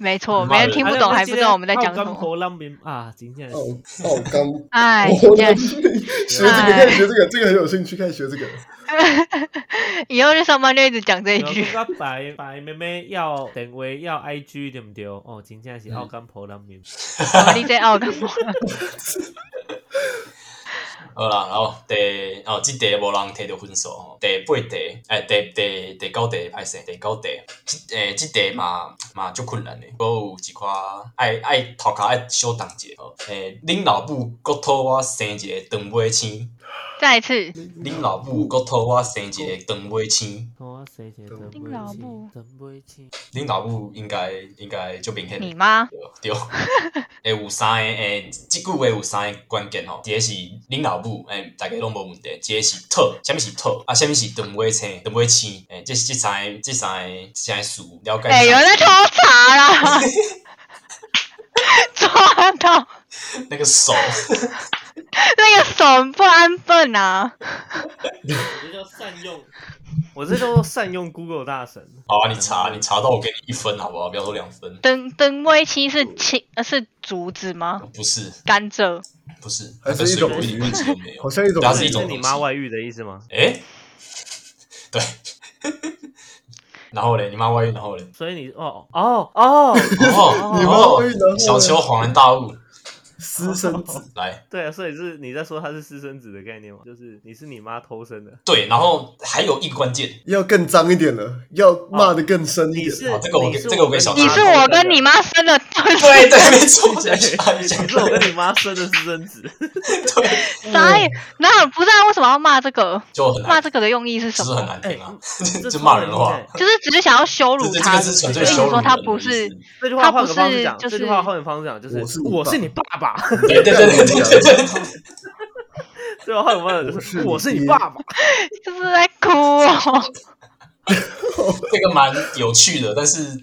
Speaker 3: 没错，
Speaker 4: 骂
Speaker 3: 没人
Speaker 4: 人
Speaker 3: 听不
Speaker 1: 啊
Speaker 3: 懂，
Speaker 1: 那
Speaker 3: 还不知道我们在讲什
Speaker 1: 那今天
Speaker 3: 么。
Speaker 1: 奥甘婆浪民啊，今天
Speaker 2: 哦哦，刚
Speaker 3: 哎，
Speaker 2: 我
Speaker 3: 这样
Speaker 2: 学这个，开始学这个，这个很有兴趣，开始学这个。
Speaker 3: 以后去上班就一直讲这一 句。
Speaker 1: 我讲白白妹妹要电话要 IG 对不对？哦，真正是奥甘婆浪民。
Speaker 4: 嗯
Speaker 3: 我你在奥甘婆让明
Speaker 4: 好啦，然后第哦，这题无人提到分数吼，第八题，哎，第第第九题歹势，第九题，这诶，这题嘛嘛足困难的，我有一寡爱爱头壳爱小动一下吼，诶，恁老母骨头我生一个长尾青，
Speaker 3: 再一次，
Speaker 4: 恁老母骨头我生一个长尾青，
Speaker 1: 我哦啊谁谁真
Speaker 3: 丁老木
Speaker 1: 真不清。
Speaker 4: 恁老母应该应该足明显的。
Speaker 3: 你妈
Speaker 4: 对，对诶，有三个诶，即句话有三个关键吼，第一个是恁老母，诶，大家拢无问题。第一个是讨，啥物是讨，啊，啥物是长尾青，长尾青，诶，这这三个，这三个，这三个词了解。
Speaker 3: 哎、有人在抽查 啦！啊抓到
Speaker 4: 那个手，
Speaker 3: 那个手不安分啊！
Speaker 1: 这叫善用，我这叫做善用 Google 大 神。
Speaker 4: 好啊，你查，你查到我给你一分好不好？不要说两分，
Speaker 3: 等等，威青是青
Speaker 4: 嗯
Speaker 3: 呃是竹子吗？
Speaker 4: 不是，
Speaker 3: 甘
Speaker 4: 啊
Speaker 3: 蔗
Speaker 4: 不是，
Speaker 2: 还是一
Speaker 4: 跟水
Speaker 2: 种
Speaker 4: 果一点关系都没有
Speaker 2: 好。像一种
Speaker 4: 它
Speaker 1: 这
Speaker 4: 是一种
Speaker 1: 是你妈外遇的意思吗？
Speaker 4: 诶， 对， 然后嘞，你妈外遇，然 后嘞，
Speaker 1: 所以你哦哦哦，
Speaker 4: 哦，
Speaker 2: 你妈外遇然后嘞
Speaker 4: 小秋恍然大悟，
Speaker 2: 私生子，
Speaker 4: 来。
Speaker 1: 对啊，所以是你在说他是私生子的概念吗？就是你是你妈偷生的，
Speaker 4: 对，然后还有一个关 键，
Speaker 2: 要更脏一点了，要骂的更深一
Speaker 1: 你
Speaker 2: 点。
Speaker 1: 是
Speaker 4: 哦这个我
Speaker 1: 你
Speaker 4: 给
Speaker 1: 是
Speaker 4: 这个我给
Speaker 1: 跟
Speaker 4: 小
Speaker 1: 你
Speaker 3: 你
Speaker 1: 妈
Speaker 3: 是
Speaker 1: 偷
Speaker 3: 我
Speaker 1: 生
Speaker 3: 跟
Speaker 1: 的
Speaker 3: 你妈生的，
Speaker 4: 对对，没 错，我想起来，想
Speaker 1: 你
Speaker 4: 起
Speaker 1: 是我
Speaker 4: 来，
Speaker 1: 跟你妈生的私生 子，
Speaker 4: 对，
Speaker 3: 啥也那不是啊？为什么要骂这个？
Speaker 4: 就很
Speaker 3: 骂
Speaker 4: 难，
Speaker 3: 这个的用意是
Speaker 4: 就
Speaker 3: 什
Speaker 4: 是很
Speaker 3: 么？哎
Speaker 4: 难听啊，
Speaker 1: 这
Speaker 4: 就骂人的话，
Speaker 3: 就是只是想要羞
Speaker 4: 这
Speaker 3: 辱
Speaker 4: 嗯这这
Speaker 3: 他，
Speaker 4: 个
Speaker 3: 就是是
Speaker 4: 纯
Speaker 3: 一
Speaker 4: 粹
Speaker 3: 直
Speaker 4: 羞辱
Speaker 3: 说
Speaker 4: 人
Speaker 3: 他
Speaker 4: 的
Speaker 3: 不
Speaker 4: 意
Speaker 3: 是
Speaker 4: 思，
Speaker 1: 这句
Speaker 3: 他
Speaker 1: 话换
Speaker 3: 不
Speaker 1: 个方式
Speaker 3: 是
Speaker 1: 讲，
Speaker 3: 就
Speaker 1: 这句
Speaker 3: 是
Speaker 1: 话换个方式讲，就是
Speaker 2: 我是你
Speaker 1: 我
Speaker 2: 爸
Speaker 1: 是你爸爸，
Speaker 4: 对对对对对对对，
Speaker 1: 这句话换个方式就
Speaker 2: 我是
Speaker 1: 是
Speaker 2: 你
Speaker 1: 我是你
Speaker 2: 爹
Speaker 1: 爸爸，
Speaker 3: 就是在哭哦。
Speaker 4: 这个蛮有趣的，但是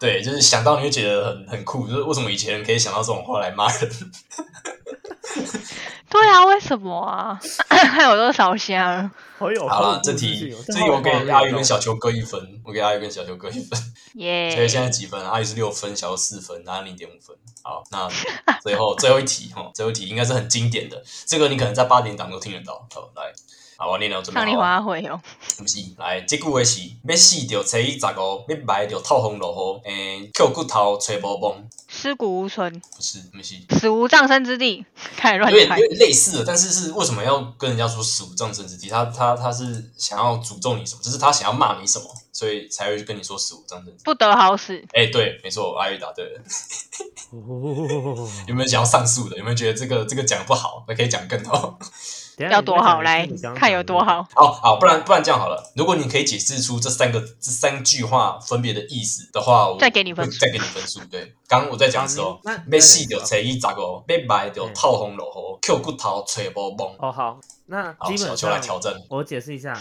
Speaker 4: 对，就是想到你会觉得很很酷，就是为什么以前人可以想到这种话来骂人？
Speaker 3: 对对啊，为什么啊？ 还有多少虾了？
Speaker 1: 好有
Speaker 4: 好
Speaker 1: 好
Speaker 4: 了
Speaker 1: 有，
Speaker 4: 这
Speaker 1: 故事
Speaker 4: 题
Speaker 1: 性哦
Speaker 4: 这题我给阿
Speaker 1: 阿
Speaker 4: 鱼 跟小球各一分，我给阿鱼跟小球各一分。
Speaker 3: 耶、
Speaker 4: 所以现在几分？啊阿宇是六分，小欧四分，然后零点五分。好， 那最后最后一题哈，最后一题应该是很经典的，这个你可能在八点档都听得到。好，来，好，我念了，准备
Speaker 3: 上你
Speaker 4: 好了，
Speaker 3: 花会哦，
Speaker 4: 是不是？来，这句话是要死就初一十五，要埋就透风落雨，诶、扣骨头吹无崩，
Speaker 3: 尸骨无存，
Speaker 4: 不是，不是。
Speaker 3: 死无葬身之地，开始乱
Speaker 4: 有点
Speaker 3: 猜
Speaker 4: 有。点类似的，但是是为什么要跟人家说十五丈生之地？他他他是想要诅咒你什么，就是他想要骂你什么，所以才会跟你说十五丈生之地。
Speaker 3: 不得好死，
Speaker 4: 哎、对，没错，阿宇答对了。
Speaker 1: 哦
Speaker 4: 有没有想要上诉的？有没有觉得这个这个讲得不好？那可以讲更好。
Speaker 1: 等一下
Speaker 3: 要
Speaker 1: 你
Speaker 3: 多
Speaker 1: 再讲
Speaker 3: 好
Speaker 1: 一次
Speaker 3: 来
Speaker 1: 你刚刚
Speaker 3: 看有
Speaker 1: 讲的
Speaker 3: 多好。
Speaker 4: 好好，不然不然这样好了。如果你可以解释出这三个这三句话分别的意思的话，我
Speaker 3: 再给你分
Speaker 4: 会
Speaker 3: 数
Speaker 4: 再给你分数。对，刚刚我在讲的时候
Speaker 1: 好， 那那
Speaker 4: 要死就找伊十五，要埋就
Speaker 1: 嗯
Speaker 4: 透风落雨，扣骨头吹无梦。
Speaker 1: 哦，好，那
Speaker 4: 好，
Speaker 1: 基
Speaker 4: 小
Speaker 1: 本
Speaker 4: 球来
Speaker 1: 上
Speaker 4: 挑战。
Speaker 1: 我解释一下，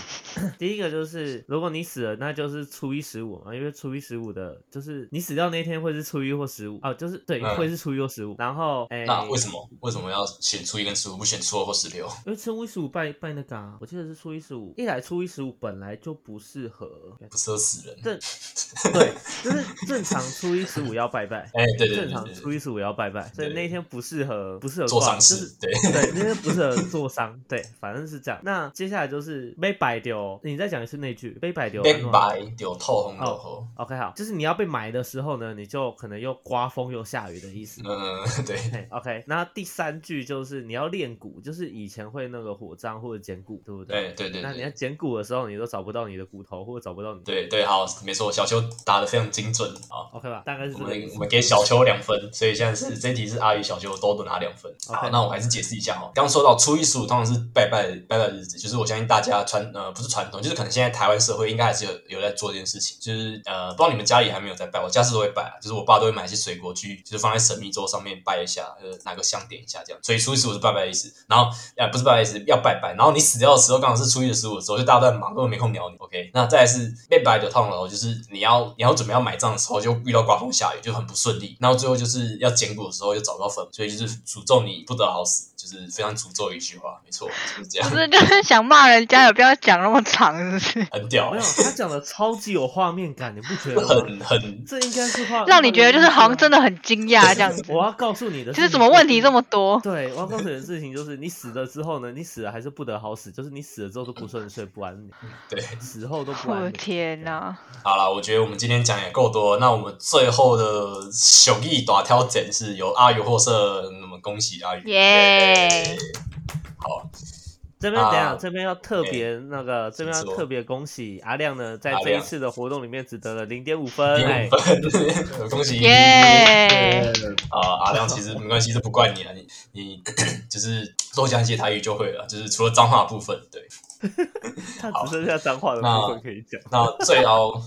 Speaker 1: 第一个就是如果你死了，那就是初一十五嘛，因为初一十五的，就是你死掉那天会是初一或十五哦，就是对，
Speaker 4: 嗯
Speaker 1: 会是初一或十五。然后，哎、
Speaker 4: 那为什么为什么要选初一跟十五，不选初二或十六？
Speaker 1: 因为初一十五拜拜那个啊，我记得是初一十五。一来初一十五本来就不适合，
Speaker 4: 不适合死人。
Speaker 1: 正对，就是正常初一十五要拜拜，
Speaker 4: 哎、 对对对
Speaker 1: 正
Speaker 4: 对
Speaker 1: 常
Speaker 4: 对
Speaker 1: 初一十五要拜拜，所以
Speaker 4: 对
Speaker 1: 那一天不适合不适合
Speaker 4: 做
Speaker 1: 挂
Speaker 4: 丧
Speaker 1: 就是
Speaker 4: 事，对，
Speaker 1: 对，那些不适合做商，对，反正是这样。那接下来就是被摆丢，你再讲一次那句被摆丢。
Speaker 4: 被
Speaker 1: 安诺
Speaker 4: 埋就透风落
Speaker 1: OK，好，就是你要被埋的时候呢，你就可能又刮风又下雨的意思
Speaker 4: 雨。。嗯， 对，
Speaker 1: 嘿 OK，那第三句就是你要练骨，就是以前会那个火葬或者捡骨，对不
Speaker 4: 对对对
Speaker 1: 那你要
Speaker 4: 对
Speaker 1: 捡骨的时候，你都找不到你的骨头，或者找不到你。
Speaker 4: 对对，好，没错，小球打的非常精准啊。
Speaker 1: ，OK 吧？大概是
Speaker 4: 我
Speaker 1: 这个意
Speaker 4: 们
Speaker 1: 思。
Speaker 4: 我们给小秋两分，所以现在是这一题是阿宇、小秋都拿两分。好，
Speaker 1: OK
Speaker 4: 那我还是解释一下哦。刚刚说到初一十五通常是拜拜拜拜的日子，就是我相信大家传呃不是传统，就是可能现在台湾社会应该还是有有在做这件事情，就是呃不知道你们家里还没有在拜，我家是都会拜啊，就是我爸都会买一些水果去，就是放在神明桌上面拜一下，呃拿个香点一下这样。所以初一十五是拜拜的意思，然后呃不是拜拜的意思要拜拜，然后你死掉的时候刚好是初一的十五的时候，就大家都在忙，根本没空鸟你。OK，那再来是被拜的痛了，就是你要你要准备要埋葬的时候就遇到刮风下雨，就很不顺利。然后最后就是要捡骨的时候又找不到坟，所以就是诅咒你不得好死，就是非常诅咒的一句话，没错，就是这样
Speaker 3: 不，是就是 想骂人家，也不要讲那么长，是不是？
Speaker 4: 很屌
Speaker 1: 没，有，他讲的超级有画面感，你不觉得吗？
Speaker 4: 很很
Speaker 1: 这应该是画，
Speaker 3: 让你觉得就是好像真
Speaker 1: 的。
Speaker 3: 的很惊讶这样子。
Speaker 1: 我要告诉你的，
Speaker 3: 就是怎么问题这么多？
Speaker 1: 对，我要告诉你 的事情就是，你死了之后呢，你死了还是不得好死，就是你死了之后都不顺遂、不安宁，
Speaker 4: 对。
Speaker 1: 死后 都不
Speaker 3: 我的
Speaker 1: 安宁。
Speaker 3: 天哪！
Speaker 4: 好啦，我觉得我们今天讲也够多，那我们最后的雄毅大挑战是由阿宇获胜，那么恭喜阿宇，
Speaker 3: 耶
Speaker 4: 好，
Speaker 1: 这边等一下，
Speaker 4: 啊
Speaker 1: 这边要特别那个，这边要
Speaker 4: 请说
Speaker 1: 特别恭喜阿亮呢，在
Speaker 4: 阿
Speaker 1: 这一
Speaker 4: 亮
Speaker 1: 次的活动里面只得了零点五分，哎
Speaker 4: 零，分， 恭喜！
Speaker 1: 嗯
Speaker 3: 耶！
Speaker 4: 啊，阿亮，其实没关系，这不怪你啊，你你就是多讲一些台语就会了，就是除了脏话的部分，对。
Speaker 1: 他只剩下脏话的
Speaker 4: 那
Speaker 1: 部分可以讲。
Speaker 4: 那最后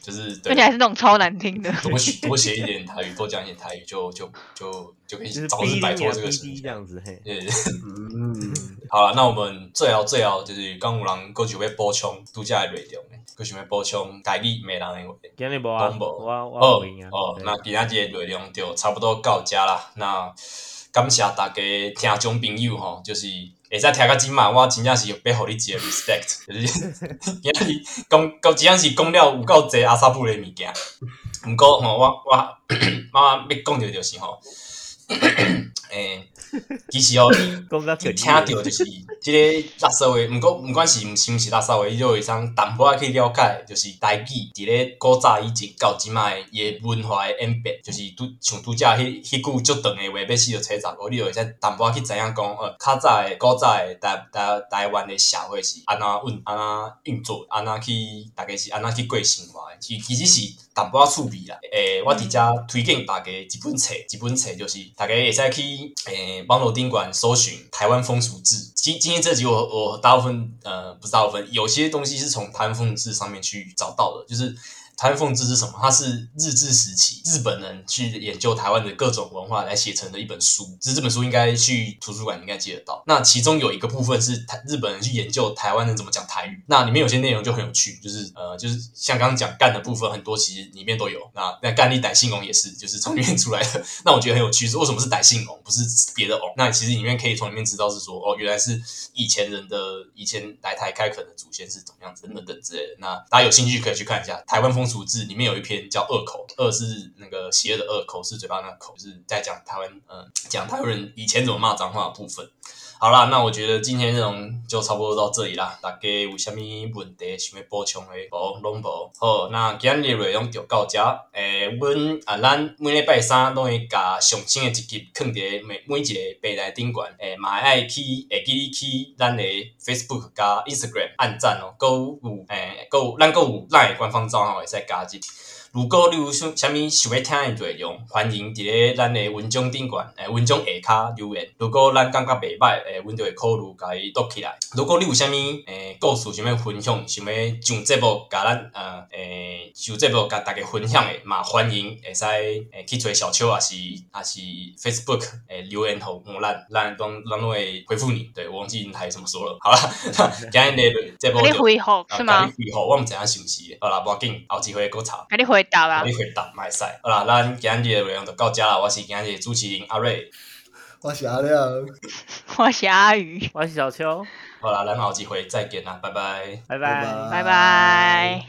Speaker 4: 就是
Speaker 3: 而
Speaker 4: 对
Speaker 3: 且，还是那种超难听的。
Speaker 4: 多学多写一点台语，多讲一点台语，就就就就可以
Speaker 1: 就是
Speaker 4: 早
Speaker 1: 哔
Speaker 4: 日
Speaker 1: 哩
Speaker 4: 摆脱
Speaker 1: 啊
Speaker 4: 这个
Speaker 1: 哔
Speaker 4: 情
Speaker 1: 哩这
Speaker 4: 况。
Speaker 1: 样子，嘿，
Speaker 4: 对，
Speaker 2: 嗯，
Speaker 4: 好了，那我们最后最后就是刚有人够想要补充度假的内容呢，够想要补充台语没人的话。
Speaker 1: 今天无啊，
Speaker 4: 都无
Speaker 1: 我啊我啊
Speaker 4: 哦
Speaker 1: 有赢啊，
Speaker 4: 哦，
Speaker 1: 对
Speaker 4: 那今仔日的内容就差不多到遮啦。那感谢大家听众朋友吼，就是会使听到即嘛，我真正是要互你一 个 respect，就是今仔日讲讲真正是讲了有够侪阿萨布的物件。毋过吼，我 我我要讲着就是吼， 诶、其实哦，你
Speaker 1: 讲到
Speaker 4: 就
Speaker 1: 哽
Speaker 4: 听
Speaker 1: 咽
Speaker 4: 到就是即个垃圾话，毋过毋管是毋是毋是垃圾话，伊就会通淡薄仔去了解，就是台语伫咧古早以前到即卖伊诶文化诶演变，就是拄像拄则迄迄句足长诶话，要死着找十五，你就会使淡薄仔去知影讲，呃，较早诶古早诶台台台湾诶社会是安那运安那运作，安那去大概是安那去过生活诶，其其实是淡薄仔趣味啦。诶、我伫遮推荐大家一本册，一本册就是大家会使去诶、网络顶馆搜寻台湾风俗志。今今天这集我我大部分呃不是大部分，有些东西是从台湾风俗志上面去找到的，就是台湾凤志是什么？它是日治时期日本人去研究台湾的各种文化来写成的一本书。这这本书应该去图书馆应该借得到。那其中有一个部分是台日本人去研究台湾人怎么讲台语，那里面有些内容就很有趣，就是呃，就是像刚刚讲干的部分，很多其实里面都有。那那干力歹信翁也是，就是从里面出来的。那我觉得很有趣，是为什么是歹信翁，不是别的翁？那其实里面可以从里面知道是说，哦，原来是以前人的以前来台开垦的祖先是怎么样子，等等等之类的。那大家有兴趣可以去看一下《台湾风俗志》，里面有一篇叫“恶口”，恶是那个邪恶的恶，口是嘴巴那个口，就是在讲台湾，嗯、讲台湾人以前怎么骂脏话的部分。好啦，那我觉得今天内容就差不多到这里啦。大家有啥物问题想要补充的，无拢无。好，那今日内容就到遮。诶、阮啊，咱每礼拜三拢会甲上新的一集放伫每每一个平台顶悬。诶、嘛爱去会记去咱的 Facebook 加 Instagram 按赞哦。搁有诶，搁、有咱搁有咱的官方账号会使加入。如果你有想啥物想要听的内容，欢迎伫咧咱的文章顶悬，诶、文章下骹留言。如果咱感觉袂歹，诶、阮就会考虑甲伊录起来。如果你有啥物诶故事想要分享，想要上节目甲咱呃诶上节目甲大家分享的，嘛欢迎会使诶去找小邱，也是也是 Facebook 诶、留言互我咱，咱拢咱拢会回复你。对我忘记你台怎么说了。好啦，那今日的节目
Speaker 3: 给你
Speaker 4: 就
Speaker 3: 回复
Speaker 4: 啊
Speaker 3: 是吗？
Speaker 4: 跟你回复我毋知影是毋是的。好啦，无要紧，后一回搁查。
Speaker 3: 给你回答啦
Speaker 4: 你。回答卖赛。好啦，咱今日的内容就到遮啦，我是今日的主持人阿瑞。
Speaker 2: 我是阿亮，
Speaker 3: 我是阿鱼，
Speaker 1: 我是小邱，
Speaker 4: 好啦，咱后一回再见啦，拜拜。
Speaker 1: 拜
Speaker 2: 拜
Speaker 1: 拜。
Speaker 3: 拜拜。